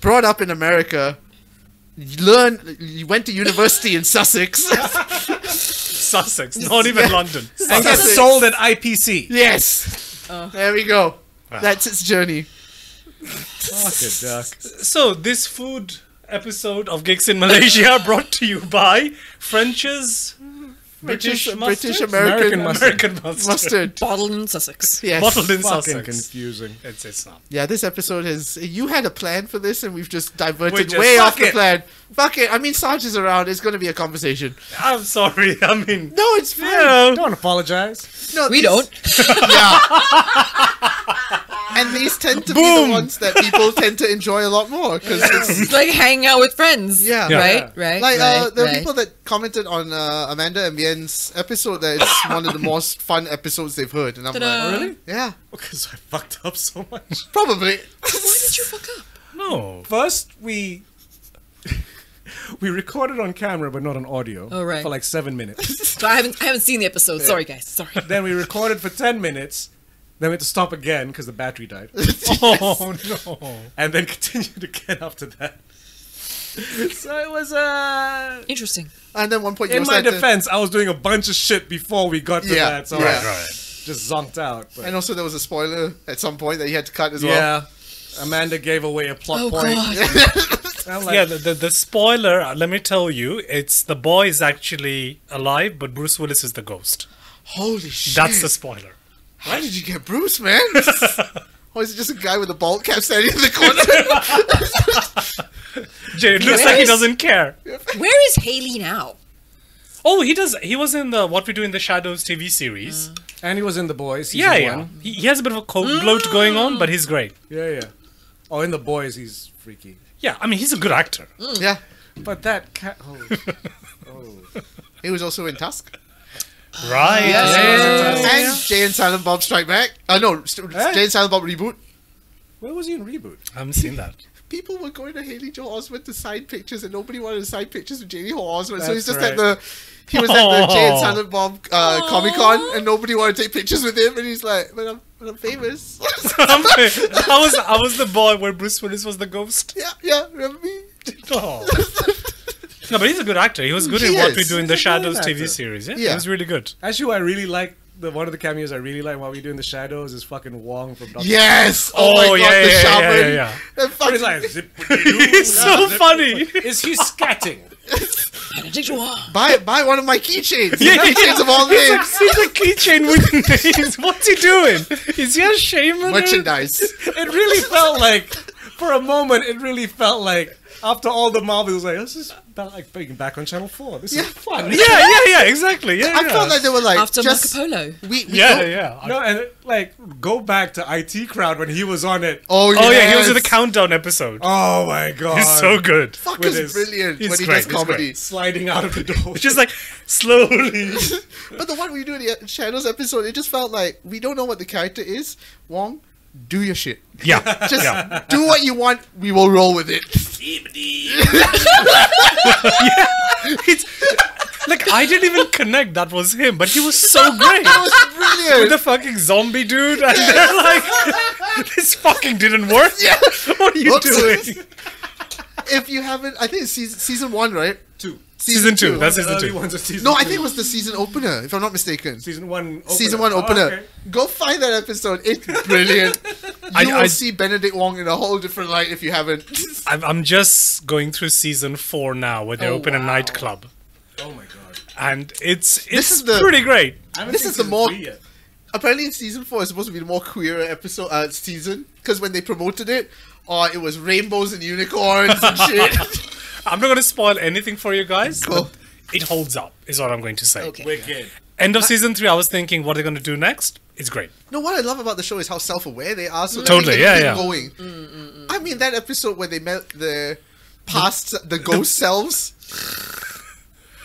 brought up in America, learned, you went to university in Sussex.
Sussex, not even London.
and get
Sussex.
sold at IPC.
yes.
Oh.
There we go. That's its journey.
So this food episode of Gigs in Malaysia brought to you by French's
British,
British
British
mustard?
American,
American mustard.
American mustard.
mustard.
Bottled in Sussex.
Yes.
Bottled in
Fucking
Sussex.
confusing.
It's, it's not.
Yeah, this episode has. You had a plan for this, and we've just diverted
just-
way
Fuck
off the
it.
plan. Fuck it. I mean, Sarge is around. It's going to be a conversation.
I'm sorry. I mean,
No, it's fine.
no.
Don't apologize.
No,
We
these-
don't.
And these tend to be the ones that people tend to enjoy a lot more because it's
It's like hanging out with friends.
Yeah. Yeah.
Right, right.
like uh,
right,
there were
right.
people that commented on uh, Amanda and Bien's episode that it's one of the most fun episodes they've heard, and I'm
Ta-da.
like,
Oh, really?
Yeah,
Because I fucked up so much.
probably.
Why did you fuck up?
No.
First, we we recorded on camera but not on audio
Oh, right.
for like seven minutes.
So I haven't I haven't seen the episode. Sorry guys. Sorry.
then we recorded for ten minutes. Then we had to stop again because the battery died,
Oh no.
and then continued again after that. So it was uh.
Interesting.
and then one point you
In
also
my
had to-
defense, I was doing a bunch of shit before we got to
Yeah,
that, so
yeah.
I just zonked out. but-
and also there was a spoiler at some point that you had to cut as well.
Yeah. Amanda gave away a plot
Oh
point.
god.
I'm like,
yeah, the, the, the spoiler, uh, let me tell you, it's the boy is actually alive, but Bruce Willis is the ghost.
Holy shit!
That's the spoiler.
Why did you get Bruce, man? or is it just a guy with a bald cap standing in the corner?
Jay, it looks like he
Yes.
doesn't care.
Where is Haley now?
Oh, he does. He was in the What We Do in the Shadows TV series.
and he was in The Boys. Season
yeah, yeah.
One.
He, he has a bit of a co- bloat going on, but he's great.
Yeah, yeah. Oh, in The Boys, he's freaky.
Yeah, I mean, he's a good actor.
yeah,
But that cat. Oh.
he was also in Tusk.
Right.
And Jay and Silent Bob Strike Back. Uh, no, st-
Eh?
Jay and Silent Bob reboot.
Where was he in Reboot?
I haven't seen that.
people were going to Haley Joel Osment to sign pictures, and nobody wanted to sign pictures with Jamie Hall Osment. so he's
That's
just at
right.
the he was at the
Aw.
Jay and Silent Bob uh,
Aw.
Comic Con, and nobody wanted to take pictures with him. And he's like, "But I'm, but I'm famous."
I'm sorry. I was I was the boy where Bruce Willis was the ghost.
yeah, yeah, remember me?
Oh. No, but he's a good actor. He was good in
He
What
is.
We Do in
He's
the
a good
Shadows
actor.
TV series. Yeah,
Yeah.
he was really good.
Actually, I really like. The, one of the cameos I really like while we do in the shadows is fucking Wong from Doctor.
Yes. Oh, my
Oh,
god,
yeah,
the
yeah, yeah,
shaman.
yeah, yeah.
That
Who. He's
fucking-
like, "Zip,
He's so funny.
is he scatting?
Benedict Wong.
buy buy one of my keychains. Yeah,
yeah,
keychains of all
He's a,
names.
he's a keychain with names. What's he doing? Is he a shaman? or-
Merchandise.
It really felt like, for a moment, it really felt like after all the Marvel, it was like, let's just back, like, freaking back on Channel 4. This
Yeah.
is fun.
Yeah, yeah, yeah, exactly. Yeah,
I
yeah.
thought that they were like
After
just,
Marco Polo.
We, we
Yeah,
don't-
yeah. I-
No, and like go back to IT Crowd when he was on it.
Oh,
oh yeah, he was in the
yes.
countdown episode.
Oh my god.
He's so good.
with
Fucker's
his-
brilliant
he's
when he
great,
does
he's
comedy.
Sliding out of the door.
Just like slowly.
But the one we do in the Shadows episode, it just felt like we don't know what the character is. Wong, do your shit.
yeah.
Just
yeah.
do what you want. We will roll with it.
It's, like I didn't even connect that was him, but he was so great.
That was brilliant.
With the fucking zombie dude, and they're like, "This fucking didn't work.
Yeah.
What are you
Whoops.
doing?"
if you haven't, I think it's season, season one, right?
two.
Season two. That's
One of
Oh,
the
season
early
two.
ones of season
no,
two.
I think it was the season opener, if I'm not mistaken. Season,
season one. Opener.
one
Oh,
opener.
okay.
Go find that episode. It's brilliant. you
I-
will
I-
see Benedict Wong in a whole different light if you haven't.
I'm, I'm just going through season four now, where they
Oh,
open a
wow.
nightclub,
Oh my god.
and it's it's
is the-
pretty great.
I haven't
This
seen
is the
season
more-
three yet.
Apparently, in season four is supposed to be the more queer episode uh, season because when they promoted it, uh, it was rainbows and unicorns and shit.
I'm not going to spoil anything for you guys.
Cool.
but It holds up, is what I'm going to say.
Okay.
Wicked.
End of season three, I was thinking, what are they going to do next? It's great.
No, what I love about the show is how self-aware they are. So that
Totally,
they
yeah,
keep
yeah.
Going.
Mm,
I mean, that episode where they met the past, the ghost selves.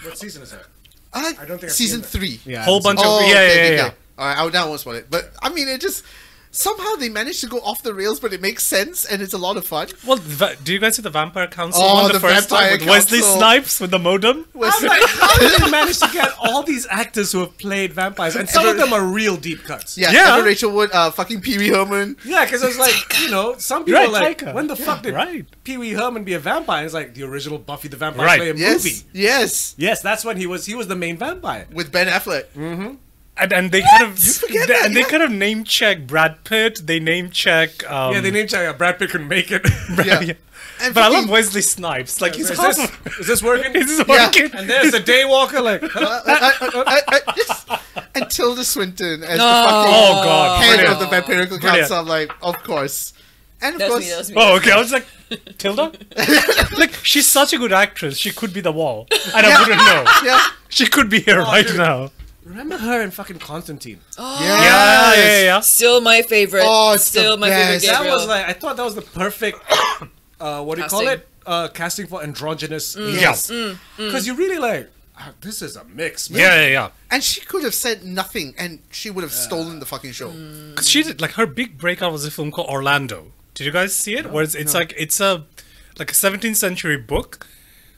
What season is that?
I,
I don't think I've
season
seen that.
three.
Yeah.
Whole bunch
Oh,
of
okay,
yeah, yeah,
okay,
yeah, yeah.
okay. All right, I would not spoil it, but I mean, it just somehow they managed to go off the rails, but it makes sense and it's a lot of fun.
Well, the va- do you guys see the Vampire Council
Oh,
one the,
the
first time
Vampire
with Wesley
Council.
Snipes with the modem?
I'm like, how did they manage to get all these actors who have played vampires, and some of them are real deep cuts.
yeah,
Yeah.
Ever Rachel Wood, uh, fucking Pee Wee Herman.
Yeah, because it's like you know, some people
Right,
are like,
Taika.
when the fuck did
right.
Pee Wee Herman be a vampire? It's like the original Buffy the Vampire
Right.
Slayer
Yes,
movie.
yes,
Yes, that's when he was. He was the main vampire.
with Ben Affleck.
And, and they kind of
forget
they,
that,
and they
yeah.
kind of name check Brad Pitt. They name check. Um,
yeah, they named Chaya. Brad Pitt couldn't make it.
Yeah.
yeah.
And
But I
fucking-
love Wesley Snipes. Like he's
is,
half.
this, is this working?
Is this
Yeah.
working?
and there's the daywalker. Like,
Uh, uh, uh, uh, uh, uh, just- and Tilda Swinton as the fucking
Oh, God,
head
brilliant.
of the vampirical
Brilliant.
council. I'm like, of course, and of
That's
course,
me, that's me.
Oh, okay. I was like, Tilda? like, she's such a good actress. She could be the wall. And I wouldn't know.
yeah,
She could be
Oh,
here right now.
remember her in fucking Constantine?
Yeah,
Yes.
yeah, yeah.
Still my favorite.
Oh, it's the
Still my
best.
favorite.
That
Gabriel.
was like I thought that was the perfect. Uh, what do you call
Casting.
it? Uh, casting Mm. for androgynous.
Yeah.
Because you really like. ah, this is a mix. Man.
Yeah, yeah, yeah.
And she could have said nothing, and she would have stolen the fucking show.
'Cause she did, like, her big breakout was a film called Orlando. Did you guys see it? Where it's, it's like, it's a, like a 17th century book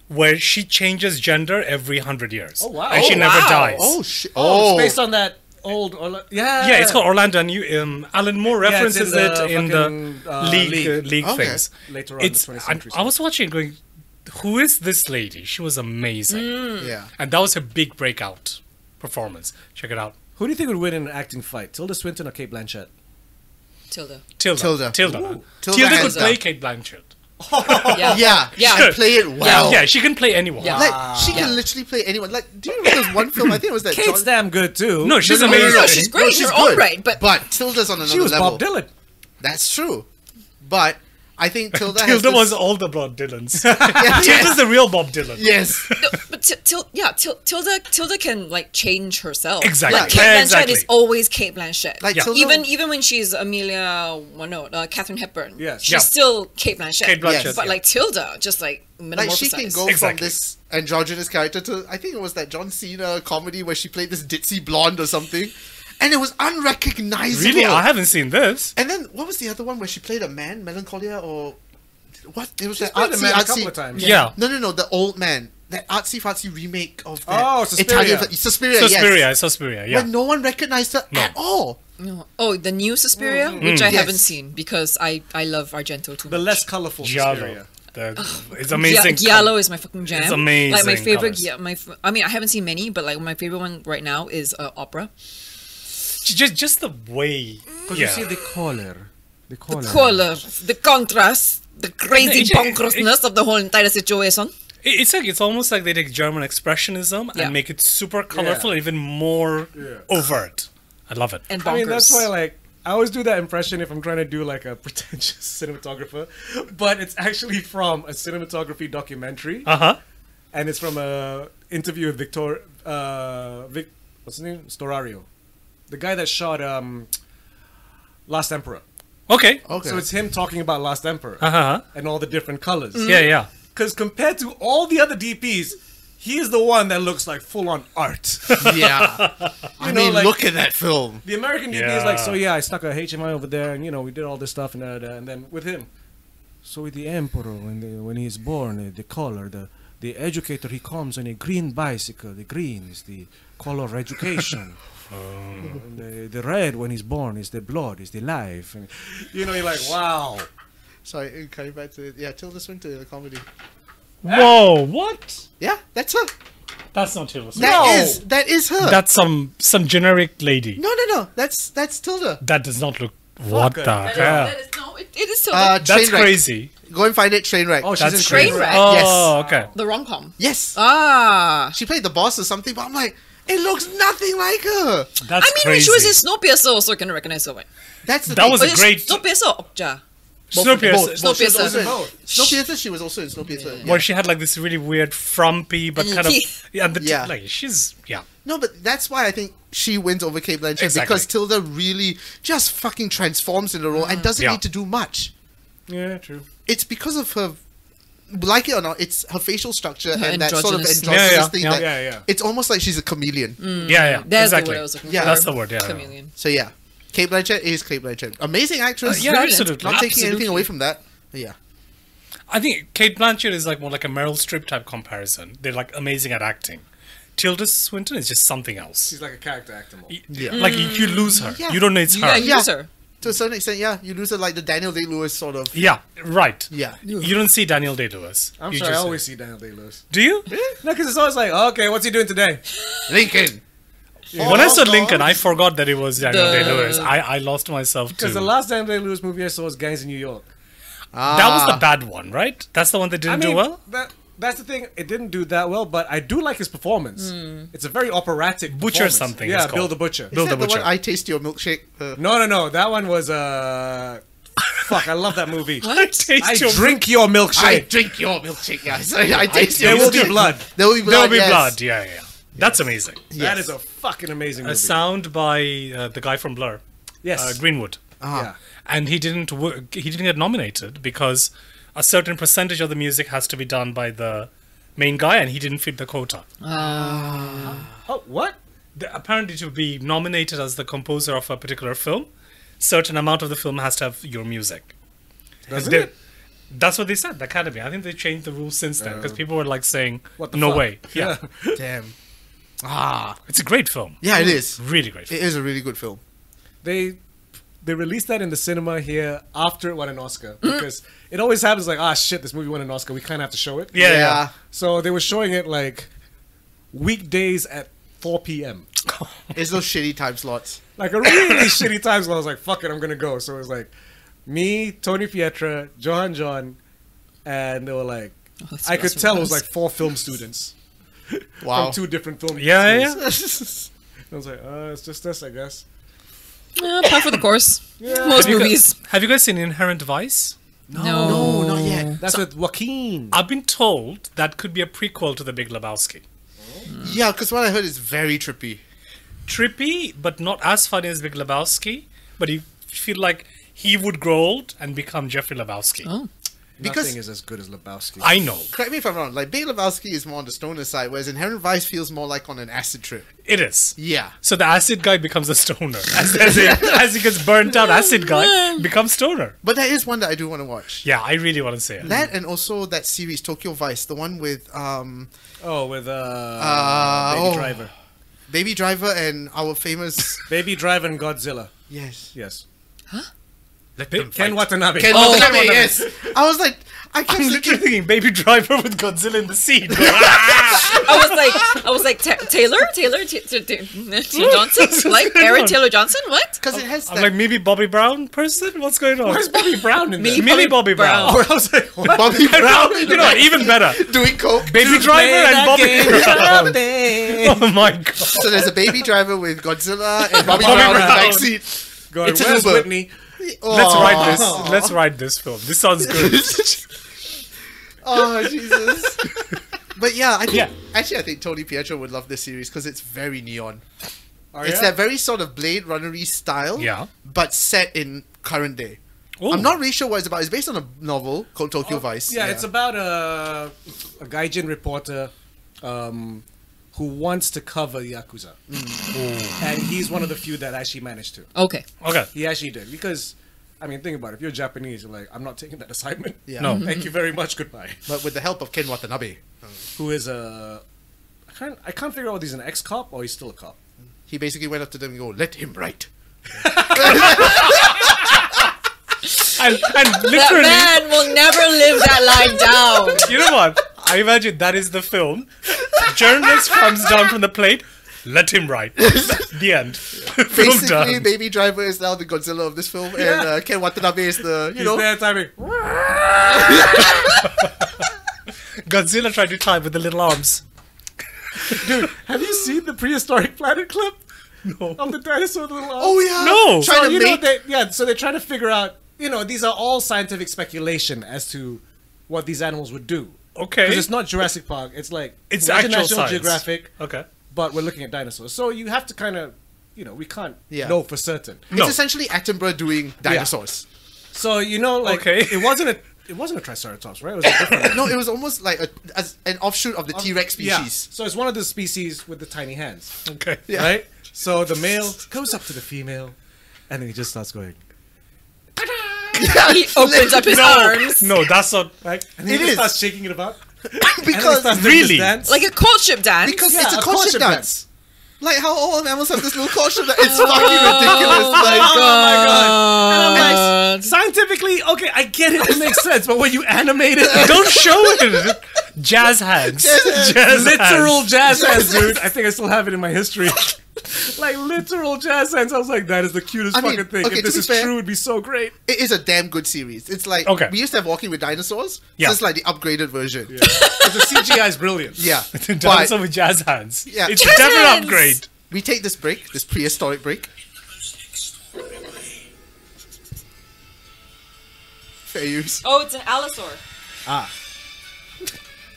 where she changes gender every 100 years.
Oh, wow.
And she
Oh,
never
wow.
dies.
Oh shit!
Oh,
Oh,
it's based on that old. Orla- yeah.
Yeah, it's called Orlando, and you, um, Alan Moore
Yeah, it's in
references
the
it in the
fucking, uh,
league
League.
uh, league
Okay.
things.
Later on in the
It's-
20th
I-
century,
I, was watching, going, who is this lady? She was amazing,
Mm.
yeah.
and that was her big breakout performance. Check it out,
Who do you think would win in an acting fight, Tilda Swinton or Kate Blanchett?
Tilda.
Tilda.
Tilda.
Tilda.
Ooh.
Tilda
Tilda,
hands
could
down.
play Kate Blanchett.
Yeah.
Oh, Yeah, yeah,
Yeah.
play it well.
Yeah, she can play anyone.
Yeah.
Ah,
Like she can
Yeah.
literally play anyone. Like, do you remember there's one film? I think it was that. Oh,
Kate's damn good too.
No, she's
No, no, no, no,
amazing.
no, she's great in her own right, but
but Tilda's on another
she was
level.
Bob Dylan.
That's true, but I think Tilda. has
Tilda
this-
was all the Bob Dylans.
Yeah,
Tilda's the real Bob Dylan.
Yes,
No, but Til- Til- yeah, Til- Tilda Tilda can like change herself.
Exactly.
Like, Kate Blanchett
Exactly.
is always Kate Blanchett.
like
Yeah.
Tilda.
even even when she's Amelia, well, no, uh, Catherine Hepburn.
Yes.
she's
Yeah.
still Kate Blanchett.
Kate Blanchett,
But
yeah.
like Tilda, just like
like she can
metamorphosized.
go from
Exactly.
this androgynous character to I think it was that John Cena comedy where she played this ditzy blonde or something, and it was unrecognizable.
Really, I haven't seen this.
And then what was the other one where she played a man, Melancholia or what? It was that
played a
artsy,
man a
artsy.
couple of times.
Yeah.
No, no, no, the old man. That artsy fartsy remake of that
Oh, Suspiria.
Italian Suspiria.
Suspiria,
Yes.
Suspiria. Yeah.
When no one recognized her
No.
at all.
No. Oh, the new Suspiria,
Mm.
which I
Yes.
haven't seen because I I love Argento too.
The
much.
less colorful
Giallo.
Suspiria.
The, it's
Gia-
amazing.
Giallo is my fucking jam.
It's amazing
Like my favorite.
colours.
Gia- my f- I mean, I haven't seen many, but like my favorite one right now is uh, opera.
just just the way.
Because you see the color. The color.
Color, the contrast, the crazy
it-
bonkersness of the whole entire situation.
It- It's like it's almost like they take German expressionism
Yeah.
and make it super colorful, and even more overt. I love it.
and bonkers.
I mean, that's why like I always do that impression if I'm trying to do like a
Ah.
pretentious cinematographer, but it's actually from a cinematography documentary.
Uh huh.
and it's from a interview with Victor, uh, Vic, what's his name, Storario, the guy that shot um, Last Emperor.
Okay.
Okay.
So it's him talking about Last Emperor
Uh-huh.
and all the different colors.
Mm-hmm.
Yeah, yeah.
Because compared to all the other DPs, he is the one that looks like full on art.
yeah. I
You know,
mean,
like-
look at that film.
The American DP is like,
Yeah.
so yeah, I stuck a HMI over there, and you know, we did all this stuff, and da, da, da." and then with him, so with the emperor, when the, when he's born, uh, the color, the the educator, he comes on a green bicycle. The green is the color of education.
Oh.
And the, the red when he's born is the blood, is the life. And, you know, you're like, wow.
Sorry, uh, coming back to yeah, Tilda Swinton in the comedy.
Whoa, what?
Yeah, that's her.
That's not Taylor Swift.
That
No.
is- that is her.
That's some some generic lady.
no, no, no. That's that's Tilda.
That does not look. What
Fucker.
the
That
That is,
hell?
that is, no, it, it is so.
Uh,
That's
Trainwreck.
crazy.
Go and find it. Trainwreck.
Oh, she's
That's
in
crazy.
train
Trainwreck.
Oh, okay.
the rom com.
yes. Uh,
Ah.
she played the boss or something, but I'm like, it looks nothing like her.
That's
I mean, when
crazy.
she was in Snowpiercer, also can recognize her. Right?
That's the
That
thing.
was
But
a
it's
great-
Snowpiercer, or Okja.
Snowpiercer.
Snowpiercer.
She was also in-
Snowpiercer.
Snowpiercer. She was also in Snowpiercer. yeah.
Where she had like this really weird frumpy, but
And
kind of
teeth.
yeah, and the teeth,
Yeah.
like she's yeah.
No, but that's why I think she wins over Kate Blanchett
Exactly.
because Tilda really just fucking transforms in the role and doesn't
Yeah.
need to do much.
Yeah, true.
It's because of her, like it or not, it's her facial structure
Her
and that sort of
androgynous-
androgynous
Yeah, yeah,
thing.
yeah,
that-
yeah, yeah.
It's almost like she's a chameleon.
Mm. Yeah, yeah.
There's
exactly.
the word I was looking
Yeah,
for.
that's the word, yeah, yeah.
Chameleon.
So yeah, Kate Blanchett is Kate Blanchett. Amazing actress.
Uh, yeah,
brilliant.
absolutely.
Not taking
absolutely.
anything away from that. But yeah.
I think Kate Blanchett is like more like a Meryl Streep type comparison. They're like amazing at acting. Tilda Swinton is just something else.
She's like a character actor. More.
Y-
Yeah.
Like you, you lose her.
Yeah.
You don't know it's
You
her.
gotta
Yeah.
Yeah.
use her.
To a certain extent, yeah, you lose it like the Daniel Day Lewis sort of.
right.
Yeah.
You don't see Daniel Day Lewis.
I'm
you
sorry, I
just-
always see Daniel Day Lewis.
Do you?
No, because it's always like, okay, what's he doing today?
Lincoln.
When I saw
Oh,
Lincoln, I forgot that it was Daniel
The-
Day Lewis. I, I lost myself too.
Because the last Daniel Day Lewis movie I saw was Gangs in New York.
that was the bad one, right? That's the one that
I
didn't
mean,
do well.
That, that's the thing. It didn't do that well, but I do like his performance. It's a very operatic
Butcher
performance.
something
Yeah,
it's
Bill
called.
the Butcher.
Bill
Is
the
that the one
Butcher.
I taste your milkshake? Uh,
No, no, no. That one was. uh Fuck! I love that movie.
I taste
I
your-
drink your
I
milkshake.
drink your milkshake, guys. I, I taste
there
your
will be
milkshake.
blood.
There will be blood.
There will be
yes.
blood. Yeah, yeah. yeah. That's amazing.
That is a fucking amazing movie.
A sound by uh, the guy from Blur,
yes. Uh-huh.
uh, Greenwood.
Yeah.
and he didn't work, he didn't get nominated because a certain percentage of the music has to be done by the main guy and he didn't fit the quota
Uh,
Oh, what?
The- apparently to be nominated as the composer of a particular film certain amount of the film has to have your music
Does
They-
it?
that's what they said the academy i think they changed the rules since then because people were like saying
Oh. What the
no
fuck?"
way yeah.
Damn. Ah.
it's a great film
Yeah, it is.
really great film.
It is a really good film.
They they released that in the cinema here after it won an Oscar because it always happens like ah shit this movie won an Oscar we kind of have to show it
yeah, yeah.
so they were showing it like weekdays at 4 p.m.
It's those shitty time slots.
like a really shitty time slot. I was like, fuck it, I'm gonna go. So it was like me, Tony Pietra, Johan John, and they were like,
that's-
I could
that's
tell it was
nice.
like four film students
Wow.
from two different film.
Yeah, yeah,
schools. And I was like, uh, it's just this, I guess.
Yeah, part for the course. Most
Have you gu-
movies.
have you guys seen inherent vice
No.
no, not yet.
That's with Joaquin.
i've been told that could be a prequel to the big lebowski
Yeah, because what I heard is very trippy.
trippy, but not as funny as Big Lebowski. But you feel like he would grow old and become Jeffrey Lebowski.
Oh.
because-
Nothing is as good as Lebowski.
I know
Correct me if I'm wrong. Like Big Lebowski is more on the stoner side, whereas Inherent Vice feels more like on an acid trip.
it is.
Yeah.
So the acid guy becomes a stoner as, as, he, as he gets burnt out. Acid guy becomes stoner.
But there is one that I do want to watch.
Yeah, I really want to say it.
That and also that series Tokyo Vice, the one with um,
oh, with uh,
Uh,
Baby
oh.
Driver,
Baby Driver and our famous
Baby Driver and Godzilla.
yes.
Yes,
Let them
Ken
fight.
Watanabe.
Ken
Oh,
Watanabe,
Ken Watanabe.
yes. I was like, I
I'm
can't.
literally thinking Baby Driver with Godzilla in the seat.
I was like, I was like, Ta- Taylor, Taylor, Ta- Ta- Ta-
Hmm.
Johnson, like Aaron Taylor Johnson. What?
Because it has
I'm
that.
like maybe Bobby Brown person. What's going on?
Where's Bobby Brown in
Me-
there?
Millie Bobby Brown.
Oh, I was like, what?
Bobby Brown
you know, what, even better.
doing coke.
Baby Driver and Bobby. Brown.
Brown.
Oh my god.
So there's a baby driver with Godzilla and Bobby,
Bobby
Brown,
Brown.
in the backseat. Oh.
God,
It's an
where's
Uber.
Whitney?
Let's
Aw.
write
Oh.
this. Let's write this film. This sounds good.
Oh Jesus! But yeah, I think
Yeah.
actually I think Tony Pietro would love this series because it's very neon. It's
Oh, yeah?
that very sort of Blade Runnery style,
Yeah.
but set in current day.
Ooh.
I'm not really sure what it's about. It's based on a novel called Tokyo Vice.
Yeah, it's about a a gaijin reporter um, who wants to cover yakuza, and he's one of the few that actually managed to.
Okay.
Okay.
He actually did because, I mean, think about it. If you're Japanese, you're like, I'm not taking that assignment.
Yeah.
No.
thank you very much. Goodbye.
but with the help of Ken Watanabe,
Who is a? I can't. I can't figure out whether he's an ex cop or he's still a cop.
he basically went up to them and go, "Let him write."
And, and literally,
That man will never live that line down.
you know what? I imagine that is the film. Journalist comes down from the plate. Let him write. the end. film
Basically,
done.
Baby Driver is now the Godzilla of this film, and uh, Ken Watanabe is the you
He's
know
there timing.
Godzilla tried to climb with the little arms.
Dude, have you seen the prehistoric planet clip? No. Of the dinosaur with the little arms?
oh yeah
No.
So
trying to
you
make
know, they, yeah. So they're trying to figure out. You know, these are all scientific speculation as to what these animals would do.
Okay.
Because it's not Jurassic Park. It's like
It's
watching
actual
National
science.
Geographic,
Okay.
but we're looking at dinosaurs. So you have to kind of, you know, we can't
Yeah.
know for certain.
it's
No.
essentially Attenborough doing dinosaurs.
So you know, like
Okay.
it wasn't a it wasn't a Triceratops, right? It was a different
No, it was almost like a, as an offshoot of the T Rex
Yeah.
species.
So it's one of the species with the tiny hands.
Okay.
Yeah.
Right? So the male goes up to the female and then he just starts going
He opens up his arms
No, that's not.
like and he
It
just
is.
starts shaking it about. and then he
because
starts doing this
Really?
dance.
like a courtship dance.
because
Yeah,
it's a
a
caution
courtship
dance.
dance.
Like how all mammals have this little caution dance. It's fucking ridiculous. Like,
Oh my Oh god.
God.
And I'm like, scientifically, okay, I get it, it makes sense, but when you animate it,
Don't show it. Jazz hands. Jazz
literal
hands.
jazz hands, dude. I think I still have it in my history. like literal jazz hands. I was like, that is the cutest
I mean,
fucking thing.
okay,
if
to
this
be
is
fair-
true, it'd be so great.
it is a damn good series. It's like
Okay.
we used to have Walking with Dinosaurs.
Yeah.
So it's like the upgraded version. Yeah.
Because the CGI is brilliant.
Dancer
But
with jazz hands.
Yeah.
It's
Jazz
a definite
hands.
upgrade.
we take this break, this prehistoric break. Fair use.
Oh, it's an allosaur.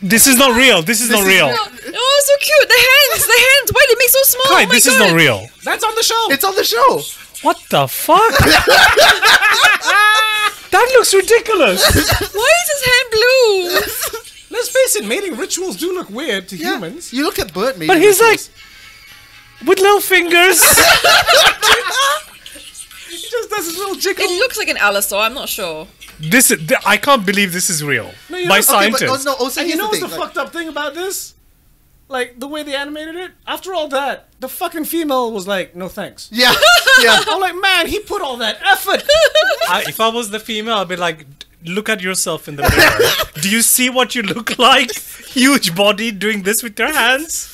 This is not real. This is not
is
real.
Oh, oh, so cute. The hands, the hands. Why they make so small?
Kai,
oh my
this
God.
is not real.
That's on the show.
It's on the show.
What the fuck? that looks ridiculous.
Why is his hand blue?
Let's face it, mating rituals do look weird to
Yeah.
humans.
You look at Bert, maybe.
But he's like with little fingers.
He just does his little jiggle.
it looks like an allosaur. I'm not sure.
this is, th- I can't believe this is real.
No, you
By
don't-
Okay, but
scientists.
no, no, also,
and you
here's
know
the
what's
thing.
the
like,
fucked up thing about this? Like the way they animated it. After all that, the fucking female was like, "No thanks."
yeah, yeah.
I'm like, man, he put all that effort.
I, if I was the female, I'd be like, look at yourself in the mirror. Do you see what you look like? Huge body doing this with your hands.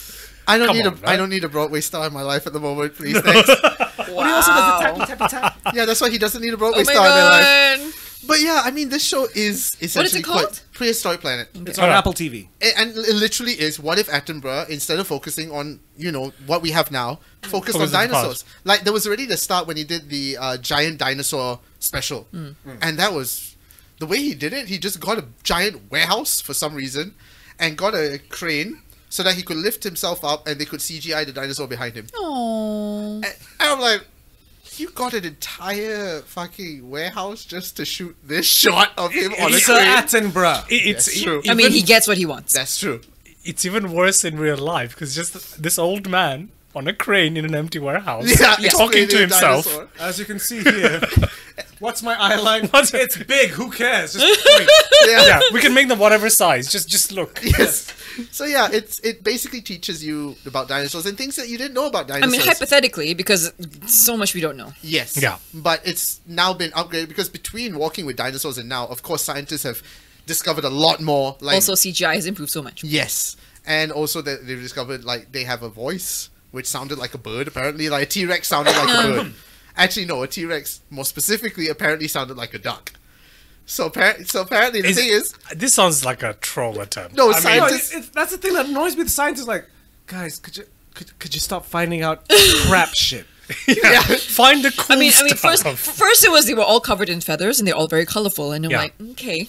I don't
Come
need
on,
a I
right?
don't need a Broadway star in my life at the moment, please. Thanks.
Wow.
He also does the tappy tappy tap.
yeah, that's why he doesn't need a
oh
Broadway
my
star in their life.
God.
But yeah, I mean, this show is essentially
called?
quite prehistoric planet,
It's on
Alright.
Apple TV.
It- and it literally is. What if Attenborough, instead of focusing on you know what we have now, focused
Focus
on
on the past.
dinosaurs? Like there was already the start when he did the uh, giant dinosaur special,
Hmm.
and that was the way he did it. He just got a giant warehouse for some reason, and got a crane so that he could lift himself up, and they could CGI the dinosaur behind him.
Oh. Aw.
And I'm like, you got an entire fucking warehouse just to shoot this shot of him on a
Sir
crane.
Attenborough.
It- it's e-
That's true.
I
even-
mean, he gets what he wants.
That's true.
it's even worse in real life because just this old man on a crane in an empty warehouse
Yeah,
talking to himself.
As you can see here, what's my eye line?
What's-
it's big. Who cares? Just point.
Yeah.
Yeah, we can make them whatever size. Just just look.
Yes. So yeah, it's it basically teaches you about dinosaurs and things that you didn't know about
I
dinosaurs.
mean, hypothetically, because so much we don't know.
yes.
Yeah.
But it's now been upgraded because between walking with dinosaurs and now, of course, scientists have discovered a lot more. Like
Also, CGI has improved so much.
yes, and also that they've discovered like they have a voice which sounded like a bird. Apparently, like a T Rex sounded like a bird. Actually, no, a T Rex more specifically apparently sounded like a duck. So apparently, so apparently the
Is-
thing is,
This sounds like a troll attempt.
no,
I mean,
No,
scientists.
it's, it's, that's the thing that annoys me. The scientists like, guys, could you could, could you stop finding out crap shit?
yeah. Find the cool
I mean, I mean,
stuff.
first, f- first it was they were all covered in feathers and they're all very colorful, and I'm
Yeah.
like, okay,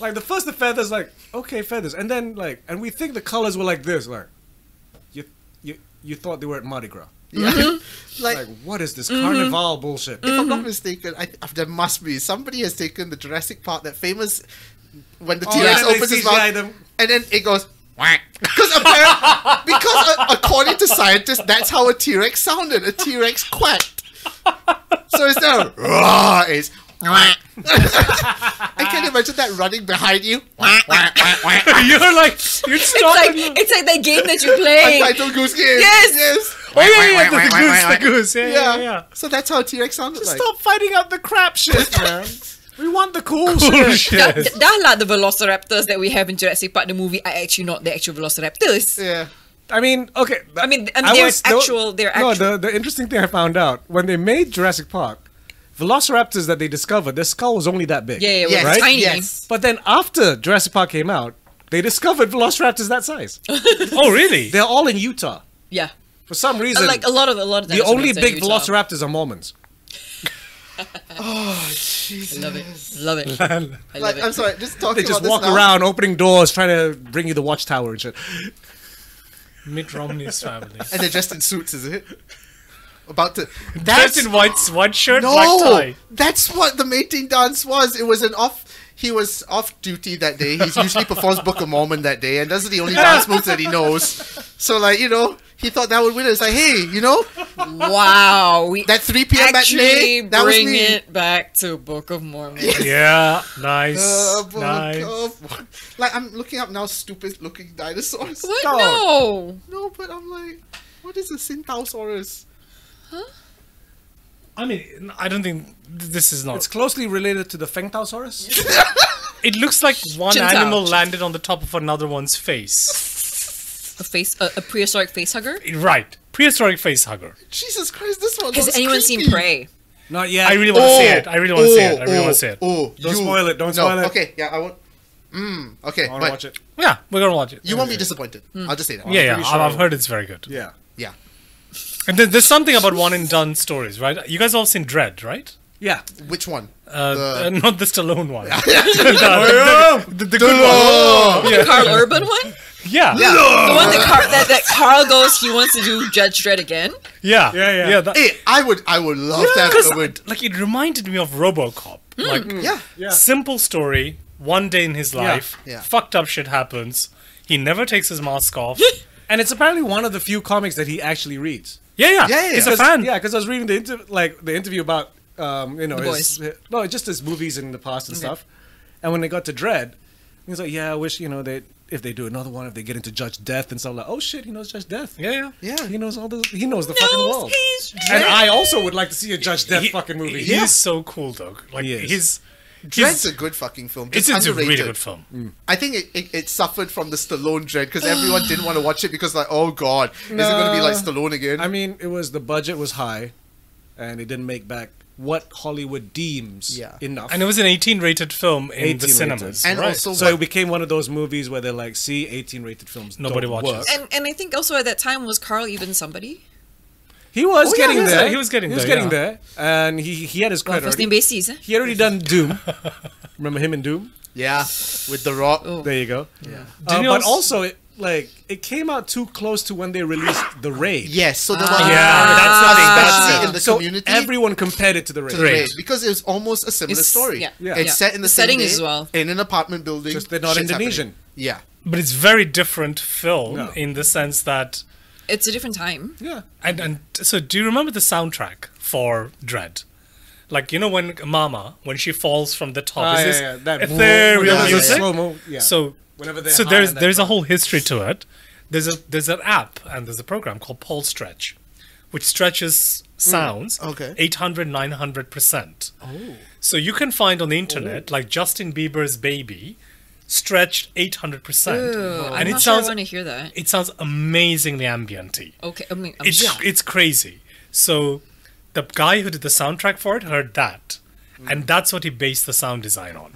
Like the first the feathers, like okay feathers, and then like and we think the colors were like this, like you you you thought they were at Mardi Gras.
Yeah.
Mm-hmm.
Like,
Like what is this carnival bullshit?
if I'm not mistaken, I, uh, there must be somebody has taken the Jurassic Park that famous when the
Oh,
T Rex
yeah, they
opens his
CGI
mouth
them.
and then it goes. Because apparently, because uh, according to scientists, that's how a T Rex sounded. A T Rex quacked. So it's not a roar. It's quack. I can't imagine that running behind you. Quack, quack, quack, quack.
You're like you're
it's like
stopping.
it's like that game that you play.
Like Title Goose Game.
Yes.
Yes.
oh yeah, yeah, yeah, the, the goose, the goose. Yeah, yeah,
Yeah.
yeah. yeah.
So that's how T Rex sounded like.
Stop fighting out the crap shit, man. we want the cool,
Cool
shit.
Dah,
shit.
dah lah the velociraptors that we have in Jurassic Park the movie are actually not the actual velociraptors.
Yeah.
I mean, okay.
I mean, I mean, they're actual- they're
no,
actual-
the the interesting thing I found out when they made Jurassic Park, Velociraptors that they discovered, their skull was only that big.
Yeah, yeah, it was
Yes,
right?
tiny.
yes.
But then after Jurassic Park came out, they discovered Velociraptors that size.
Oh really?
They're all in Utah
Yeah,
for some reason.
like a lot of a lot of
the only big
velociraptor.
Velociraptors are Mormons.
Jesus.
Love it, love it. I love
Like,
it.
I'm sorry, just
They
talking
just
about this
walk
now.
around opening doors, trying to bring you the watchtower and shit.
Mitt Romney's family.
And they're dressed in suits, is it? About to.
Dressed
That's
in white white shirt,
no.
black tie.
That's what the mating dance was. It was an off. He was off duty that day. He usually performs Book of Mormon that day, and those are the only dance moves that he knows. So, like you know, he thought that would win. It's like, hey, you know,
wow, we
that 3 p.m.
actually
matinee, that was
bring
me.
it back to Book of Mormon.
Yeah, nice,
Uh, book
nice.
of- like I'm looking up now, stupid looking dinosaurs.
What?
Dog.
No.
No, but I'm like, what is a Centaurosaurus?
I mean, I don't think th- this is not.
It's closely related to the Fengtaosaurus.
it looks like one
Chin Tao,
animal
chin-
landed on the top of another one's face.
A face, a, a prehistoric face hugger.
Right, prehistoric face hugger.
Jesus Christ, this one.
Has
looks
anyone
creepy.
seen Prey?
Not yet.
I really want to see it. I really want to see it. I really want to see it.
Oh,
Don't spoil it, don't
no,
spoil it.
Okay, yeah, I won't. Mm, okay,
I want
but
to watch it.
Yeah, we're gonna watch it.
you won't be disappointed. I'll just say that.
Mm. yeah, yeah.
pretty
I've-
sure I
I've
will.
heard it's very good.
Yeah.
yeah.
And then there's something about one and done stories, right? You guys all seen Dread, right?
Yeah.
Which one?
Uh,
The-
uh, not the Stallone one.
the, good Oh,
The Carl Urban one?
yeah.
Yeah.
The one that, Carl that, that Carl goes, he wants to do Judge Dredd again?
Yeah,
Yeah, yeah.
yeah. that-
Hey, I would, I would love that.
Because
I would.
like it reminded me of RoboCop. Like
Mm-hmm. Yeah.
Yeah.
simple story, one day in his life,
Yeah.
fucked up shit happens. He never takes his mask off.
And it's apparently one of the few comics that he actually reads.
yeah, yeah,
Yeah, yeah,
he's
yeah.
a fan.
Yeah, because I was reading the inter- like the interview about um, you know
The
his, no just his movies in the past and stuff. And when they got to Dread, he was like, "Yeah, I wish you know they if they do another one, if they get into Judge Death and stuff like, oh shit, he knows Judge Death.
Yeah, yeah.
Yeah.
he knows all the he knows the fucking
Knows
world.
he's
And
Dredd.
I also would like to see a Judge Death
He-
fucking movie.
He's
Yeah.
so cool, though. Like
He is.
he's,
Dread's
he's
a good fucking film. It's,
it's, it's a
underrated.
really good film.
I think it, it, it suffered from the Stallone dread because everyone didn't want to watch it because like, oh god, is it going to be like
Nah.
Stallone again?
I mean, it was the budget was high, and it didn't make back what Hollywood deems
Yeah.
enough.
And it was an 18-rated film in
18
the
rated.
cinemas.
and
right.
also,
so it became one of those movies where they're like, see, 18 rated films.
Nobody
don't
watches.
work.
And, and I think also at that time, was Carl even somebody?
He was
Oh, yeah,
getting
he was
there.
there. He was getting
He was
there,
getting
yeah.
there, and he he had his
Well,
credit.
first
already.
name basis, eh?
He had already done Doom. Remember him in Doom?
yeah, with the Rock.
Oh.
There you go. Yeah.
Didn't he
but
also-
also, it, like, it came out too close to when they released The Raid.
Yes, so there was
Ah. Yeah, that's the thing. That's
especially
the-
in the
so
community.
everyone compared it to The Raid.
to the raid
Great.
because it's almost a similar
It's-
story.
yeah,
Yeah.
It's
yeah.
set in the,
The
same
setting
day,
as well.
in an apartment building.
Just they're not
Shit's happening.
Indonesian.
Yeah,
but it's very different film
No.
in the sense that
It's a different time.
Yeah.
And and so, do you remember the soundtrack for Dread? Like you know when Mama when she falls from the top,
Ah,
Oh, is
yeah,
this
yeah, that-
ethereal
Yeah, yeah, yeah.
music?
Slow-mo, yeah.
So
Whenever they're
so
high
there's
on that
there's a
drug.
whole history to it. There's a there's an app and there's a program called Pole Stretch, which stretches
Mm,
sounds
okay.
800 900 percent. Oh, so you can find on the
Oh.
internet like Justin Bieber's Baby, stretched 800 percent,
Ooh,
and
I'm
it
not
sounds
sure I want to hear that.
it sounds amazingly ambienty
Okay, I mean, I'm
it's
shocked.
it's crazy. So the guy who did the soundtrack for it heard that,
Mm. Ah,
and that's what he based the sound design on.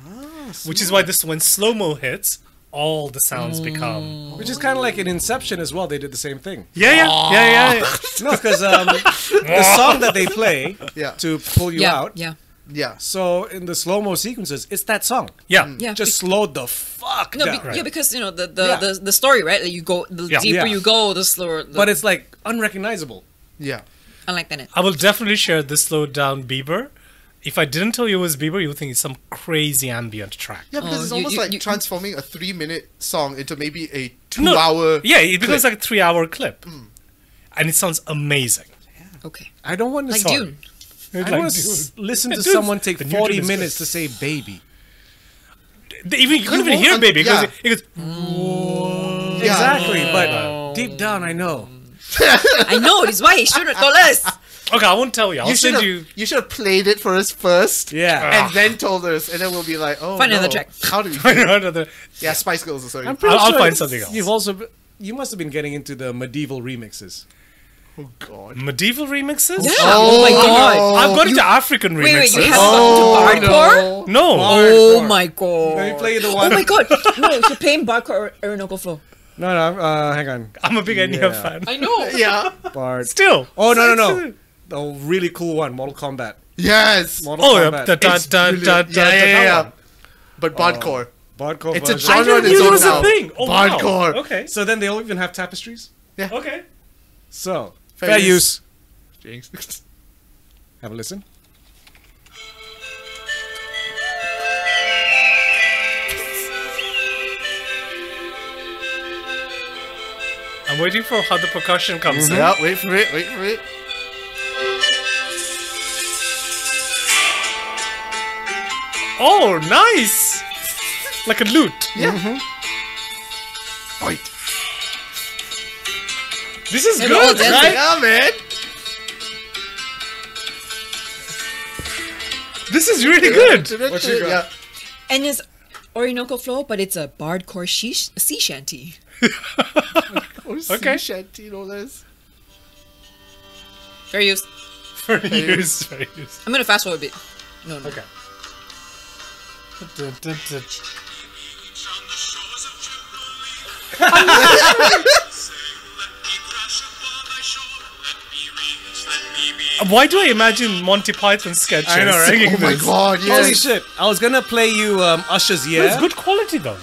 which is why this when slow mo hits, all the sounds
Mm.
become.
Which is kind of like in Inception as well. They did the same thing.
Yeah, yeah, yeah, yeah.
No, because um, the song that they play
Yeah.
to pull you
yeah,
out.
yeah.
Yeah.
So in the slow mo sequences, it's that song.
Yeah.
Mm.
Yeah.
Just slow the fuck
No,
down.
be- yeah, because you know the the,
Yeah.
the the story, right? Like you go the
Yeah.
deeper
Yeah.
you go, the slower. The,
But it's like unrecognizable.
Yeah.
unlike that.
I will definitely share the slowed down Bieber. If I didn't tell you it was Bieber, you would think it's some crazy ambient track.
Yeah, because
Oh,
it's
you-
almost
you-
like
you-
transforming a three minute song into maybe a two
No,
hour. Mm.
Yeah, it becomes like a three hour clip. And it sounds amazing.
Okay,
I don't want to
like
sorry.
Dune.
I
Like
don't want to
Dune.
listen to
Dune's-
someone take
the new
forty
Dune is
minutes to say "baby."
They even, you couldn't even
won't
hear
un-
baby. It goes,
yeah.
it goes,
Yeah. Oh.
Exactly, but deep down, I know.
I know. It's why he should have told us.
okay, I won't tell you. I'll
You should
send
have
you.
you... should have played it for us first.
Yeah.
And then told us, and then we'll be like, oh,
Find
no.
another track.
How do we?
I don't know the-
Yeah, Spice Girls. Sorry.
I'm pretty
I'll- I'll
sure
find something else.
You've also be- you must have been getting into the medieval remixes.
Oh God.
medieval remixes?
Yeah. Oh, my god.
no.
I've got
You-
into African remixes.
Wait, wait. You have
Oh,
gotten to hardcore.
no.
no.
Oh
Hardcore.
my god.
Let me play you the
Oh
one.
my god. No, you should play him Barker or Orinoco Flow.
No, no, uh, hang on.
I'm a big Enya
Yeah.
fan.
I know.
Yeah.
Bard.
Still.
Oh no, no, no. The really cool one, Mortal Kombat.
Yes.
Mortal
Oh, yeah.
Kombat.
Da, da,
It's
da,
brilliant.
da,
yeah,
da,
yeah,
da,
yeah,
da
yeah.
one.
Oh.
But Bardcore.
Bardcore
It's a
version.
I
genre
never
on
knew
its
there
own
was
now.
a thing. Oh, wow.
Bardcore.
Okay.
So then they'll even have tapestries.
Okay.
So
Fair
fair,
use.
use.
Jinx.
Have a listen.
I'm waiting for how the percussion comes in.
yeah. Wait for it. Wait for it.
Oh, nice! Like a lute.
Yeah. Fight.
This is
And all
good,
dancing.
right?
Yeah, man.
This is really good.
What you got?
Yeah.
And it's Orinoco Flow, but it's a bardcore she- sea shanty.
Or
Okay.
Oh, sea shanty, no less.
Fair use.
Fair use, fair use.
I'm gonna fast forward a bit. No, no.
Okay. Why do I imagine Monty Python sketches
I know, right?
singing
Oh my
this?
God. Yes.
Holy shit! I was gonna play you um, Usher's
But It's
Yeah,
good quality though.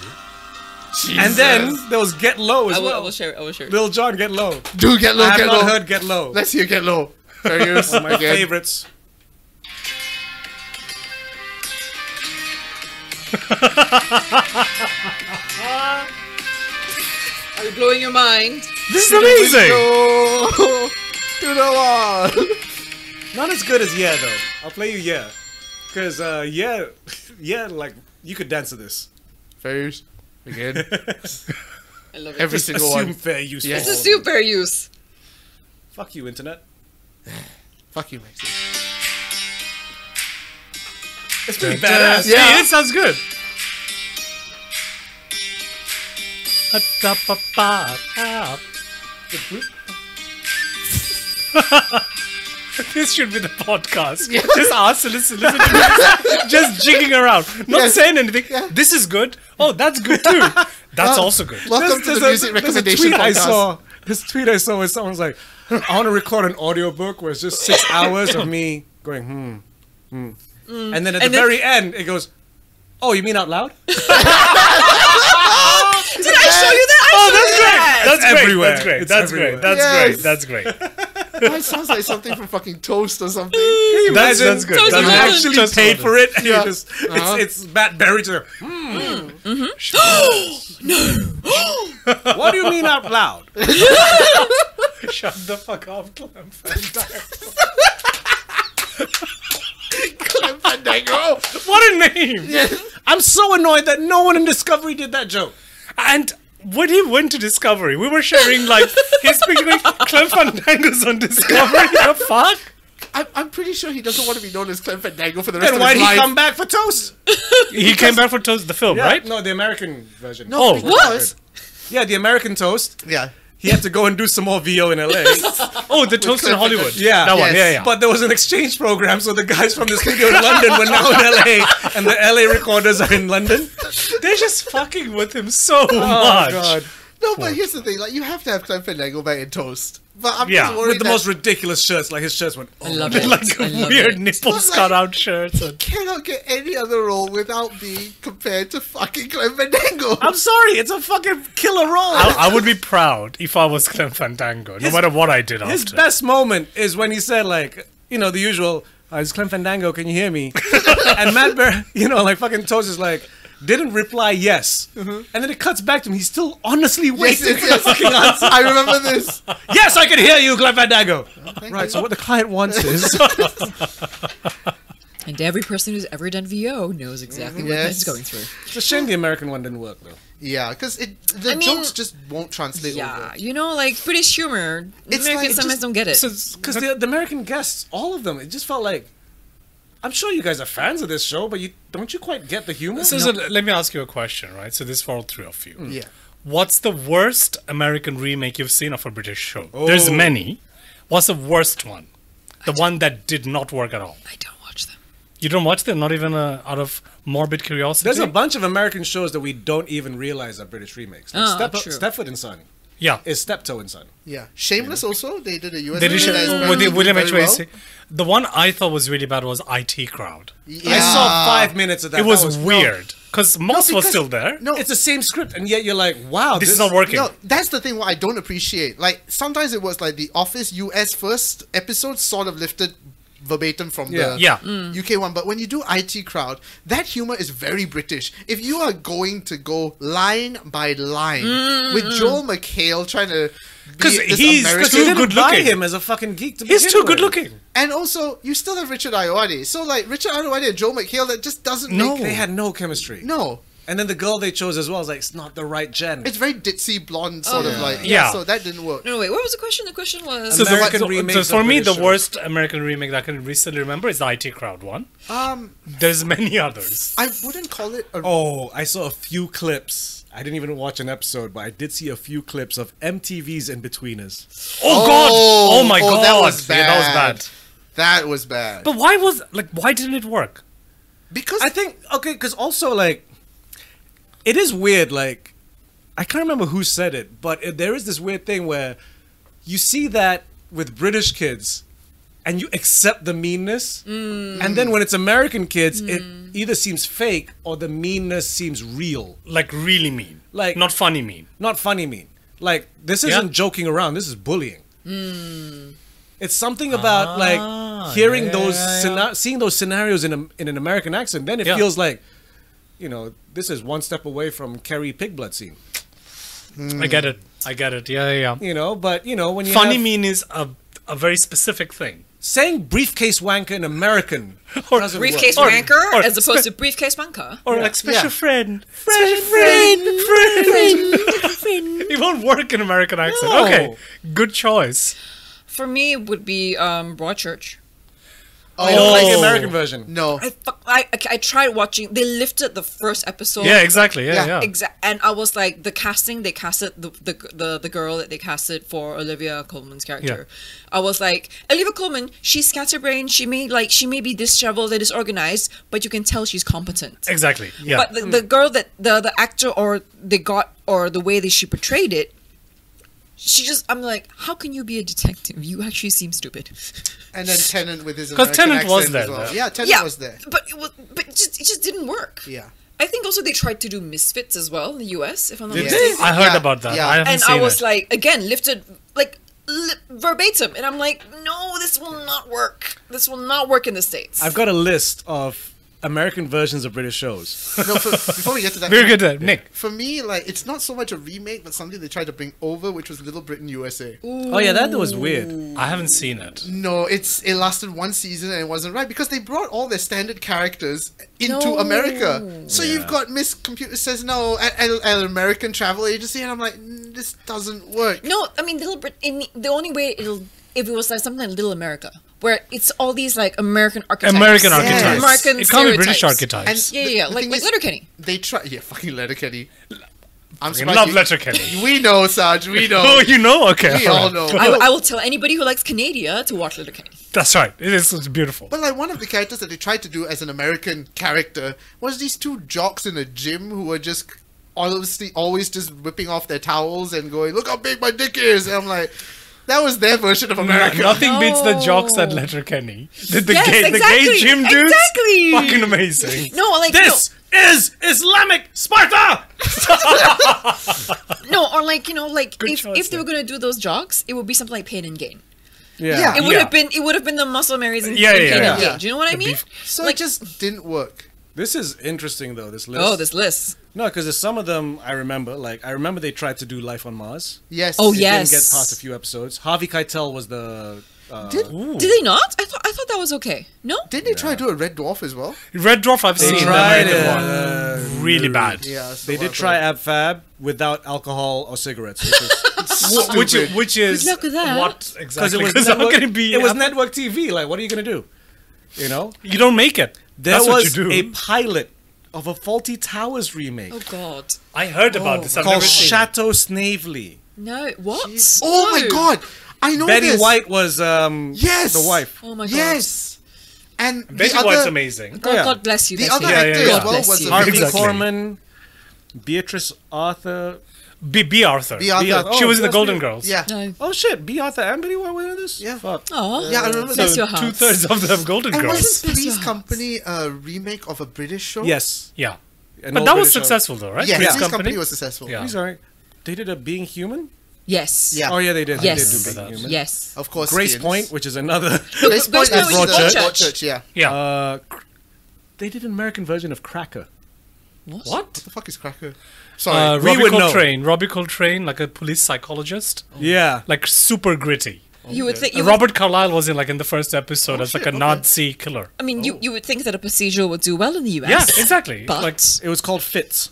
and then there was Get Low as
I will, I
well.
will share. it, I will share. it.
Lil Jon Get Low.
Do get low.
I have
get
not
low.
heard Get Low.
Let's hear get low. Fair use.
my
again.
favorites.
Are you blowing your mind?
This is amazing.
No. Do the one.
Not as good as Yeah though. I'll play you Yeah, because uh, Yeah, Yeah, like you could dance to this.
Fair use. Again.
I love it.
Every
Just
single
assume
one.
fair use.
Yes.
for all
It's
of
a
them.
super use.
Fuck you, internet.
Fuck you, Maxie.
It's pretty badass.
Yeah.
Yeah, it sounds good. this should be the podcast. Just us listen, listen to this. Just jigging around, not
Yes.
saying anything.
Yeah.
This is good. Oh, that's good too. That's also good.
Welcome
There's-
to the
there's
music
a,
recommendation
there's a tweet I
podcast.
saw. This tweet I saw where someone's like, I want to record an audiobook where it's just six hours of me going, hmm, hmm. And then at
Mm. And
the
then-
very end, it goes, Oh, you mean out loud?
Did I show you that? I
Oh,
showed
that's
you
great.
that!
That's great.
everywhere.
That's great.
It's
That's
everywhere.
great. That's
Yes.
great. That's great. That's
That sounds like something from fucking Toast or something.
that's,
Imagine
good.
Toast
That's
Imagine
good.
actually
Toast
paid
Imagine.
for it. And
Yeah.
you just, it's, it's Matt Berry to, hmm. no. what do you mean out loud?
Shut the fuck up, Clem.
Clem Fandango.
What a name!
I'm so annoyed that no one in Discovery did that joke.
And when he went to Discovery, we were sharing like his picture like Clem Fandango's on Discovery. the fuck?
I'm, I'm pretty sure he doesn't want to be known as Clem Fandango for the rest
Then
of
why
his
did he
life.
come back for Toast?
He came back for Toast the film, right?
No, the American version.
No,
Oh,
because-
Yeah, the American Toast.
Yeah.
He had to go and do some more VO in LA.
Oh, the Toast in
Clem
Hollywood.
Fandango.
Yeah,
that one.
Yes.
Yeah, yeah.
But there was an exchange program, so the guys from the studio in London were now in LA, and the LA recorders are in London.
They're just fucking with him so much.
Oh, God.
No, but here's the thing: like you have to have time for Lego Bag and toast. But I'm
Yeah.
just
With
worried
With the
that
most ridiculous shirts, like his shirts went.
I
Oh,
love it.
Like
I love
weird
it.
nipples
like-
cut out shirts. And...
cannot get any other role without being compared to fucking Glenn Fandango.
I'm sorry, it's a fucking killer role.
I, I would be proud if I was Clem Fandango, no
His-
matter what I did
His
after.
best moment is when he said, like, you know, the usual, uh, it's Clem Fandango, can you hear me? and Matt Ber- you know, like fucking Toast is like, didn't reply yes. And then it cuts back to him. He's still honestly
Yes,
waiting
yes,
for the
yes.
fucking answer.
I remember this.
yes, I can hear you, Glenn Fandango. Right, so what the client wants is.
And every person who's ever done VO knows exactly what
Yes.
he's going through.
it's a shame the American one didn't work, though.
Yeah, because it the
I mean-
jokes just won't translate
Yeah,
over.
you know, like British humor. Americans
It's like- it
sometimes
just-
don't get it.
Because the, the American guests, all of them, it just felt like. I'm sure you guys are fans of this show, but you don't you quite get the humor?
So, so let me ask you a question, right? So this is for all three of you.
Mm. Yeah.
What's the worst American remake you've seen of a British show? There's
Oh.
many. What's the worst one? The one that did not work at all.
I don't watch them.
You don't watch them, not even uh, out of morbid curiosity.
There's a bunch of American shows that we don't even realize are British remakes. Like
Oh,
Step-
true.
Stepford and Son
yeah.
is Steptoe and Son.
Yeah, Shameless also they did a US.
They did
version
show-
that is
with the
apparently
William H
doing very
Macy. The one I thought was really bad was IT Crowd.
well.
I saw
Yeah.
five minutes of that.
it
That
was,
no,
weird because Moss was
because-
still there.
No,
It's the same script, and yet you're like, wow,
this, is not working.
No, that's the thing what I don't appreciate. Like sometimes it was like the Office US first episode sort of lifted verbatim from
Yeah.
the
Yeah. Mm.
UK one, but when you do IT crowd, that humor is very British. If you are going to go line by line with Joel McHale trying to be
Mm. 'Cause
this
he's- 'cause
American
Too
Too
didn't
good
buy
looking.
him as a fucking geek. To
He's
begin
too
with.
good looking.
and also you still have Richard Ayoade. So like Richard Ayoade and Joel McHale that just doesn't
No.
make
They had no chemistry.
no.
And then the girl they chose as well is like, it's not the right gen.
It's very ditzy blonde sort of like yeah,
Oh, Yeah.
so that didn't work.
No, no, wait. What was the question? The question was.
So, the,
American
so- so
remakes
for
of
me, the
British shows.
worst American remake that I can recently remember is the IT Crowd one.
Um
There's many others.
I wouldn't call it a
Oh, I saw a few clips. I didn't even watch an episode, but I did see a few clips of MTV's In Betweeners.
Oh, God! Oh my God!
That was bad.
Yeah, that was bad.
That was bad.
But why was like why didn't it work?
because
I think okay, because also like, it is weird. Like, I can't remember who said it, but it, there is this weird thing where you see that with British kids, and you accept the meanness, and then when it's American kids, it either seems fake or the meanness seems real,
Like really mean.
Like-
not funny mean.
not funny mean. Like this isn't joking around. This is bullying.
Hmm.
It's something about like hearing
Ah, yeah,
those,
yeah,
scena- seeing those scenarios in a, in an American accent. Then it
Yeah.
feels like, you know, this is one step away from Kerry Pigblood scene.
I get it. I get it. Yeah, yeah. yeah.
You know, but you know when you
Funny
have-
mean is a a very specific thing.
saying briefcase wanker in American
Or
doesn't work.
briefcase
Or-
wanker
or-
as opposed to briefcase wanker.
Or like special
Yeah.
friend. Special friend. Friend. it won't work in American accent.
No.
Okay. Good choice.
For me, it would be um, Broadchurch.
I don't like the
Oh.
American version.
no.
I, fuck, I I I tried watching. They lifted the first episode.
Yeah, exactly. Yeah,
Yeah,
yeah.
Exa- and I was like, the casting they casted the the, the the girl that they casted for Olivia Coleman's character. I was like, Olivia Coleman, she's scatterbrained. She may like she may be disheveled and disorganized, but you can tell she's competent.
Exactly. Yeah.
But the, the girl that the the actor or they got or the way that she portrayed it, she just I'm like, how can you be a detective? You actually seem stupid.
And then Tennant with his
'Cause
American
Tennant was
accent as
there,
well.
though.
Yeah, Tennant was there.
But it was, but it just, it just didn't work.
Yeah.
I think also they tried to do Misfits as well in the US, if I'm not
Did
mistaken.
they?
I heard
Yeah,
about that.
yeah.
I haven't
And
seen
I was
it.
like, again, lifted like li- verbatim, and I'm like, no, this will not work. This will not work in the states.
I've got a list of American versions of British shows.
No, for, before we get to that,
Very good, uh, Nick.
For me, like it's not so much a remake, but something they tried to bring over, which was Little Britain USA.
Oh yeah, that was weird.
I haven't seen it.
No, it's it lasted one season and it wasn't right because they brought all their standard characters into
No.
America. So you've got Miss Computer says no at an American travel agency, and I'm like, "Mm, this doesn't work.
No, I mean Little Britain. The only way it'll if it was like something like Little America, where it's all these like American archetypes,
American
Yeah.
archetypes.
American
it can't be British
stereotypes.
archetypes.
yeah, yeah, yeah, like-
thing
like
is,
Letterkenny.
They try, yeah, fucking Letterkenny. I'm
You
surprised.
love
you-
Letterkenny.
We know, Sarge. We know.
Oh, you know? Okay.
we
all
all
right.
know.
I,
But-
I will tell anybody who likes Canada to watch Little Kenny.
That's right. It is it's beautiful.
But like one of the characters that they tried to do as an American character was these two jocks in a gym who were just honestly always just whipping off their towels and going, "Look how big my dick is." And I'm like, that was their version of America.
Nothing beats the jocks at
No.
Letterkenny. The, the,
Yes,
gay, the
exactly,
gay gym dudes.
exactly.
Fucking amazing.
No, like
This is Islamic Sparta.
no, no, or like you know, like
Good
if,
choice
if they were
there.
gonna do those jocks, it would be something like Pain and Gain.
Yeah.
It would
Yeah.
have been it would have been the muscle Marys and,
Yeah,
and
yeah,
Pain and
yeah.
Gain. Do you know what I
The
mean?
beef-
so
like
it just didn't work.
This is interesting though. This list.
oh, this list.
No, because there's some of them I remember. Like I remember they tried to do Life on Mars.
Yes.
Oh,
It
yeah.
Didn't get
Yes.
past a few episodes. Harvey Keitel was the. Uh,
Did
Ooh.
Did they not? I thought I thought that was okay. No.
didn't they try to do a Red Dwarf as well?
Red Dwarf I've
they
seen.
tried
the
it.
American one.
uh,
Really bad.
Yeah. so
They did
whatever.
try Ab Fab without alcohol or cigarettes, which is
Stupid.
Which is, which is
Good luck with that.
what
because
exactly?
it was
'Cause how
network,
can it be?
it was network TV. Like, what are you gonna do? You know,
you don't make it.
there
That's
was
what you
a
do.
pilot of a Faulty Towers remake
Oh God.
I heard about
Oh,
this. I've
called
never seen it.
Chateau Snavely.
No. What?
Oh
No.
my god! I know
Betty
this.
White was um
Yes.
the wife.
Oh my God.
Yes. And
Betty
the other,
White's amazing.
God,
Yeah.
God bless you.
The
Bessie.
other
Yeah,
actor
yeah,
as
yeah.
well
Bless
was
you.
a
Harvey
big
Exactly.
Korman, Beatrice Arthur.
B. B. Arthur.
The other-
The other-
she
Oh,
was in the
that's
Golden
me.
Girls.
Yeah.
No.
Oh shit, B Arthur and Betty White were in this.
Yeah.
fuck.
Oh.
Yeah, I remember
Bless
that.
your
Two
hearts.
thirds of the Golden
And
Girls.
wasn't
Girls.
Three's
Special
Company a remake of a British show?
Yes,
Yeah.
An
but
old
that was
British show.
successful though, right?
Yeah,
Three's
Three's Company? was successful.
Yeah.
He's alright. They did a Being Human.
Yes.
Yeah.
Oh yeah, they did.
Yes.
They did do Being Human.
Yes.
Of course.
Grace
it is.
Point, which is another.
Grace
Grace
Point
Point
and
was Broadchurch.
Broadchurch, yeah. What
yeah.
uh, cr- they did an American version of Cracker.
What?
what?
the fuck is Cracker?
Uh,
Sorry.
we
Robbie
would know.
Coltrane. Robbie Coltrane, like a police psychologist,
Oh.
Yeah.
like super gritty.
You would think.
Uh,
You would,
Robert Carlyle was in like in the first episode as like
Oh, shit,
a
okay.
Nazi killer.
I mean, you, you would think that a procedural would do well in the U.S.
Yeah, exactly.
But
Like
It was called Fitz.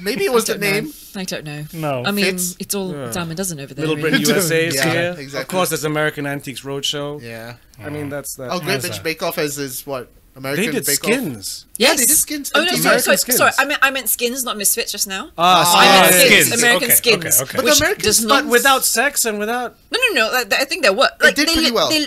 Maybe it was
I
the
don't know.
name.
I don't know.
No.
I mean,
Fits.
it's all dumb and doesn't over there.
Little
really.
Britain USA is
Yeah,
here. Of
exactly.
course, there's American Antiques Roadshow.
Yeah.
I mean, that's that.
Oh, Great
How's
Bitch
that?
Bake Off as is what? American
they did
Bake Off.
Skins.
Yes.
they did skins.
Oh no,
They did
sorry, sorry,
American skins.
sorry. I meant I meant skins, not misfits just now.
Ah,
I meant
Ah, yeah,
skins,
skins.
American
Okay,
skins.
okay, okay.
But the
which
American
does
skins-
not
But without sex and without.
No, no, no. I, I think that what like
did
they,
pretty well.
They,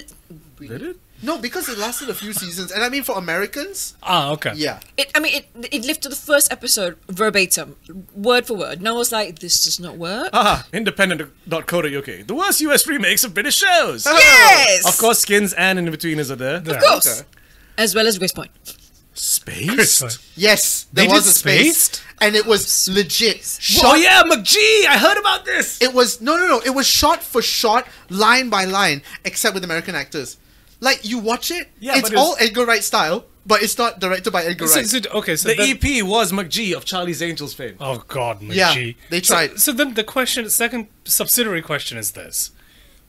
Did it?
No, because it lasted a few seasons. And I mean, for Americans,
ah, okay.
yeah.
it, I mean, it it lived to the first episode verbatim, word for word. No, I was like, this does not work.
Oh,
Ah, independent.co.uk. The worst US remakes of British shows.
yes,
Of course, Skins and In Betweeners are there.
of course,
Okay.
as well as Grace Point.
Spaced?
Yes, there
They
was
did
a space.
Spaced?
And it was legit. Shot.
Oh, yeah, McGee! I heard about this!
It was no, no, no. It was shot for shot, line by line, except with American actors. Like you watch it,
Yeah,
it's
but it was-
all Edgar Wright style, but it's not directed by Edgar
So,
Wright.
so, okay, so
The
E-
then-
EP was McGee of Charlie's Angels fame.
Oh God,
Yeah,
McGee.
they
So- So,
tried.
then the question, second subsidiary question is this: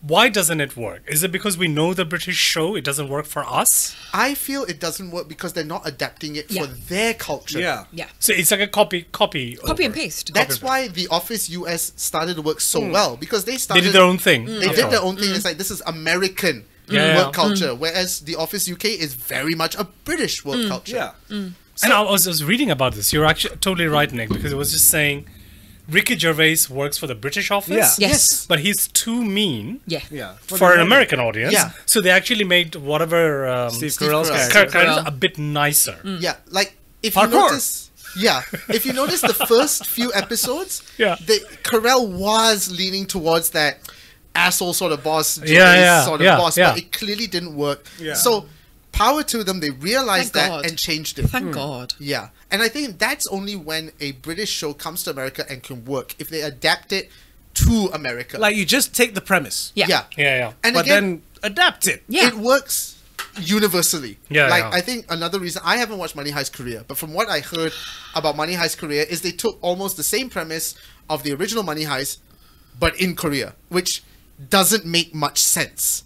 Why doesn't it work? Is it because we know the British show? It doesn't work for us.
I feel it doesn't work because they're not adapting it
Yeah.
for their culture.
Yeah.
Yeah,
So it's like a copy, copy,
copy and
over.
paste.
That's why The Office US started to work so
Hmm.
well because they
They
started.
did their own thing.
They did their own thing. It's like this is American
Yeah, Hmm.
work
yeah.
culture, whereas The Office UK is very much a British work culture.
Hmm. Yeah. Mm.
and I was, I was reading about this. You're actually totally right, Nick, because it was just saying Ricky Gervais works for the British office.
Yeah. Yes.
But he's too mean.
Yeah.
Yeah.
For an American audience,
Yeah.
so they actually made whatever um,
Steve
Steve
Carell's
Carell.
Kirk
character.
Cousins
Carell.
a bit nicer.
Yeah, like if
Parkour.
you notice, yeah, if you notice the first few episodes,
Yeah.
the Carell was leaning towards that asshole sort of boss,
Yeah,
Japanese
yeah,
sort of
yeah,
boss,
yeah.
but it clearly didn't work.
Yeah.
So power to them, they realized
Thank
that
God.
and changed it. Hmm.
Thank God.
yeah, and I think that's only when a British show comes to America and can work if they adapt it to America.
Like, you just take the premise.
Yeah.
yeah,
Yeah, yeah.
and
but
again,
then adapt it.
Yeah.
it works universally.
Yeah,
Like
yeah.
I think another reason I haven't watched Money Heist Korea, but from what I heard about Money Heist Korea is they took almost the same premise of the original Money Heist, but in Korea, which doesn't make much sense.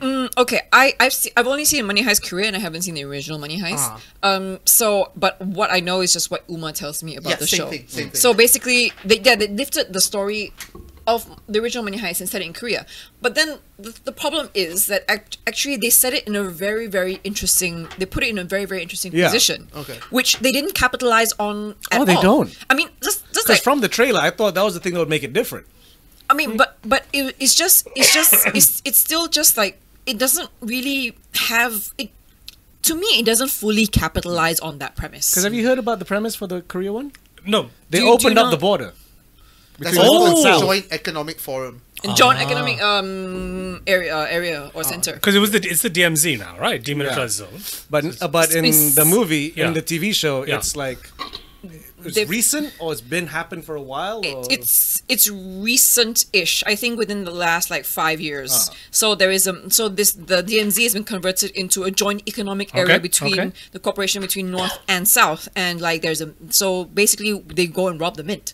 Mm, okay, I I've se- I've only seen Money Heist Korea and I haven't seen the original Money Heist.
Ah.
Um, so but what I know is just what Uma tells me about
Yeah,
the
same
show. Mm.
thing, same thing.
So basically, they yeah they lifted the story of the original Money Heist and set it in Korea. But then the, the problem is that act- actually they set it in a very very interesting. They put it in a very very interesting
Yeah.
position,
Okay.
which they didn't capitalize on. At
Oh, they
all.
don't.
I mean, just just
Because
like
from the trailer, I thought that was the thing that would make it different.
I mean, but but it, it's just it's just it's it's still just like it doesn't really have it. To me, it doesn't fully capitalize on that premise.
Because have you heard about the premise for the Korea one?
No.
They
Do you- do
opened
you
up the
know-
border.
That's
Between
called
North and
the
South.
Joint Economic Forum.
And John Economic um area area or center.
Because it was the it's the DMZ now, right? Demilitarized zone.
But uh, but in
Space.
the movie,
Yeah.
in the TV show,
Yeah.
it's like it's
They've-
recent or it's been happened for a while. Or?
It, it's it's recent-ish. I think within the last like five years. So there is um so this the DMZ has been converted into a joint economic area
Okay,
between
okay.
the corporation between North and South, and like there's a so basically they go and rob the mint.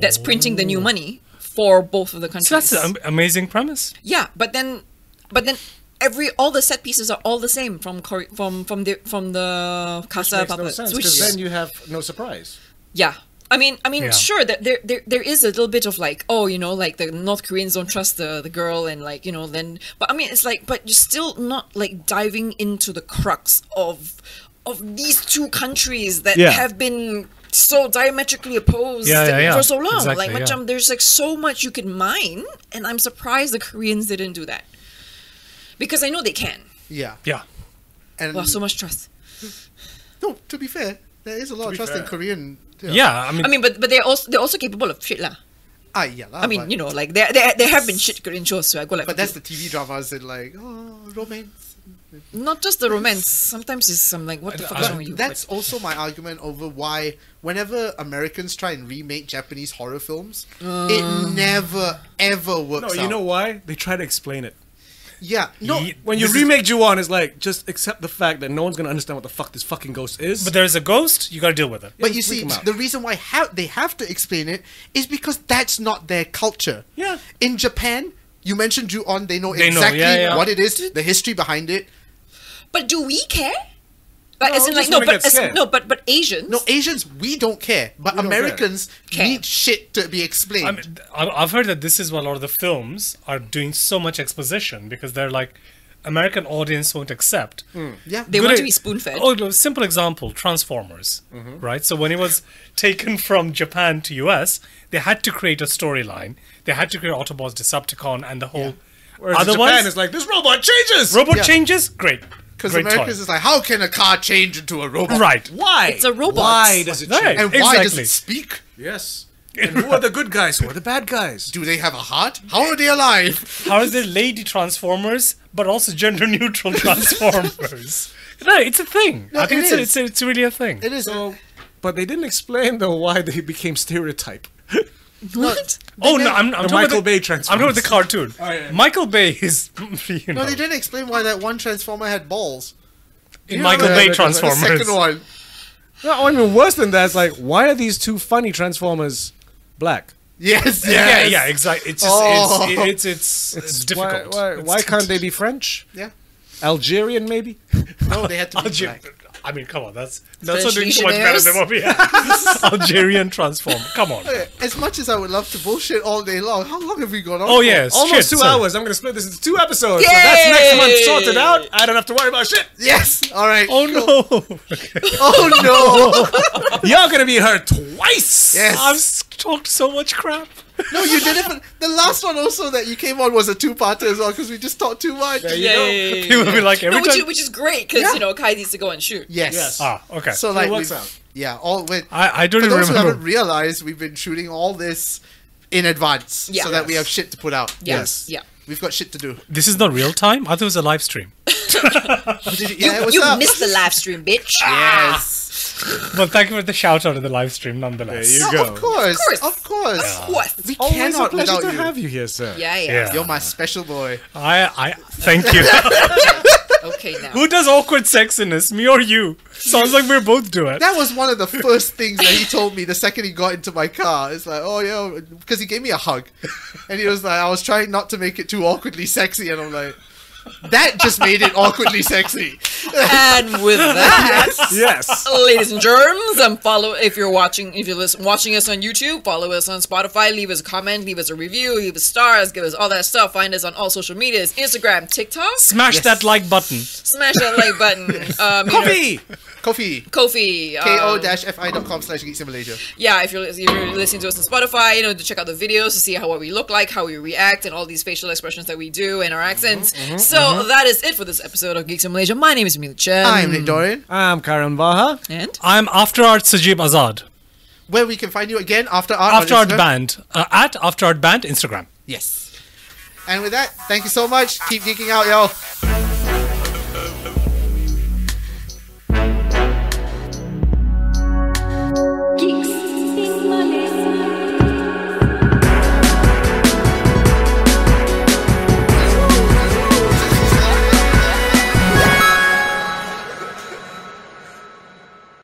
That's printing the new money for both of the countries.
So that's um, an am- amazing premise.
Yeah, but then, but then every all the set pieces are all the same from Kore- from from the from the Casa
makes no
Papas,
sense
which-
because then you have no surprise.
yeah. I mean, I mean,
Yeah.
sure that there, there there is a little bit of like, oh, you know, like the North Koreans don't trust the the girl, and like you know, then, but I mean, it's like, but you're still not like diving into the crux of of these two countries that
Yeah.
have been so diametrically opposed
Yeah, yeah, yeah.
for so long.
Exactly,
like,
yeah.
macam, there's like so much you can mine, and I'm surprised the Koreans didn't do that because I know they can.
Yeah.
Yeah.
And
Wow, so much trust.
no, to be fair, there is a lot of trust in Korean.
Yeah, I mean,
I mean, but but they're also they're also capable of shit lah.
Ah, yeah, lah,
I mean,
but,
you know, like there, there, there have been shit Korean shows where I go like,
But that's the TV dramas and like, oh, romance.
not just the romance. Sometimes it's I'm like, what the fuck is wrong with
But
you?
that's also my argument over why whenever Americans try and remake Japanese horror films,
Uh.
it never ever
No,
works.
you
out.
know why? They try to explain it.
Yeah, no,
Ye-
When you
This is-
remake Ju-on, it's like just accept the fact that no one's gonna understand what the fuck this fucking ghost is.
but there's a ghost. You got to deal with it.
But you
freak
see,
'em out.
the reason why ha- they have to explain it is because that's not their culture.
Yeah.
In Japan, you mentioned Ju-on, they know
They know,
exactly
yeah, yeah.
what it is, the history behind it.
But do we care? Like,
No,
as in,
just
like, no,
women
but
get
as,
scared.
no, but but Asians.
No, Asians, we don't care, but
don't care.
Americans
Care.
need shit to be explained.
I mean, th- I- I've heard that this is why a lot of the films are doing so much exposition because they're like, American audience won't accept.
yeah,
they want
Good e-
to be spoon fed.
Oh, no, simple example: Transformers, right? So when it was taken from Japan to US, they had to create a storyline. They had to create Autobots, Decepticon, and the whole.
Whereas in
Otherwise,
Japan, it's like this robot changes.
robot
Yeah.
changes, great,
because
great
Americans
toy.
is like, how can a car change into a robot?
right.
why?
It's a robot.
Why does it
Right.
change?
And why does
Exactly.
it speak?
Yes. And who are the good guys? Who are the bad guys?
Do they have a heart? How are they alive?
How is there lady Transformers, but also gender neutral Transformers? no, it's a thing. I
it
think it's, a,
is.
it's, a, it's really a thing.
It is.
So, but they didn't explain though why they became stereotype.
what?
Oh
They
no,
did.
I'm,
The
I'm talking about
Michael
the-
Bay
I'm talking about the cartoon.
Oh, yeah.
Michael Bay is you know,
no, they didn't explain why that one transformer had balls.
in Michael
Yeah,
Bay
the- the
Transformers.
The second one.
No, or even worse than that, it's like why are these two funny Transformers black?
Yes, yes.
Yeah, yeah, exactly. It's just
Oh.
it's, it's it's it's difficult.
Why, why,
It's
why can't
t-
they be French?
Yeah.
Algerian maybe?
No, they had to be
Alger-
black.
I mean, come on, that's that's not
French
doing so much better than
legionnaires?
what we have. Algerian transform. Come on.
As much as I would love to bullshit all day long, how long have we gone on?
Oh
for?
yes,
Almost
shit,
two
sorry.
hours. I'm gonna split this into two episodes. So that's next month sorted out. I don't have to worry about shit.
Yes. All right.
Oh no!
Oh no.
Y'all gonna be hurt twice.
Yes.
I've s- talked so much crap.
no, you did it. For, the last one also that you came on was a two-parter as well because we just talked too much.
Yeah, yeah, yeah, yeah,
People will be like
No,
every
which,
time.
is, which is great because
Yeah.
you know Kai needs to go and shoot.
Yes.
Yes.
ah, okay.
So like,
works
we've-
out.
yeah. All when,
I, I don't
for
even
those who
remember.
haven't realized, we've been shooting all this in advance
Yeah.
so that we have shit to put out.
Yeah.
Yes.
Yeah.
We've got shit to do.
this is not real time. I thought it was a live stream.
Yeah, what's
you
up?
missed the live stream, bitch.
Yes.
But thank you for the shout out of the live stream, nonetheless.
There you
No,
go.
Of course.
Of course.
Of course.
Of course.
We
Always
cannot
a pleasure
without
to
you.
have you here, sir.
Yeah, yeah.
Yeah.
You're my special boy.
I, I thank you.
Okay now.
Who does awkward sexiness, me or you? Sounds like we're both doing it.
That was one of the first things that he told me the second he got into my car. It's like, oh yeah, because he gave me a hug, and he was like, I was trying not to make it too awkwardly sexy, and I'm like, that just made it awkwardly sexy.
and with that,
Yes.
ladies and germs, um, follow if you're watching if you're listen, watching us on YouTube, follow us on Spotify, leave us a comment, leave us a review, leave us stars, give us all that stuff. Find us on all social medias, Instagram, TikTok.
Smash that like button.
Smash that like button. Um, you know,
Coffee.
Kofi.
Kofi. um,
ko-fi.com slash geeks in Malaysia.
yeah, if you're, if you're listening to us on Spotify, you know, to check out the videos to see how what we look like, how we react, and all these facial expressions that we do and our accents. so that is it for this episode of Geeks in Malaysia. My name is Mila Chen.
I'm Nick Dorian.
I'm Karan Baha.
and
I'm After Art Sajib Azad.
Where we can find you again after art. on
After Art
Instagram.
Band. Uh, at After Art Band Instagram.
Yes. And with that, thank you so much. Keep geeking out, y'all.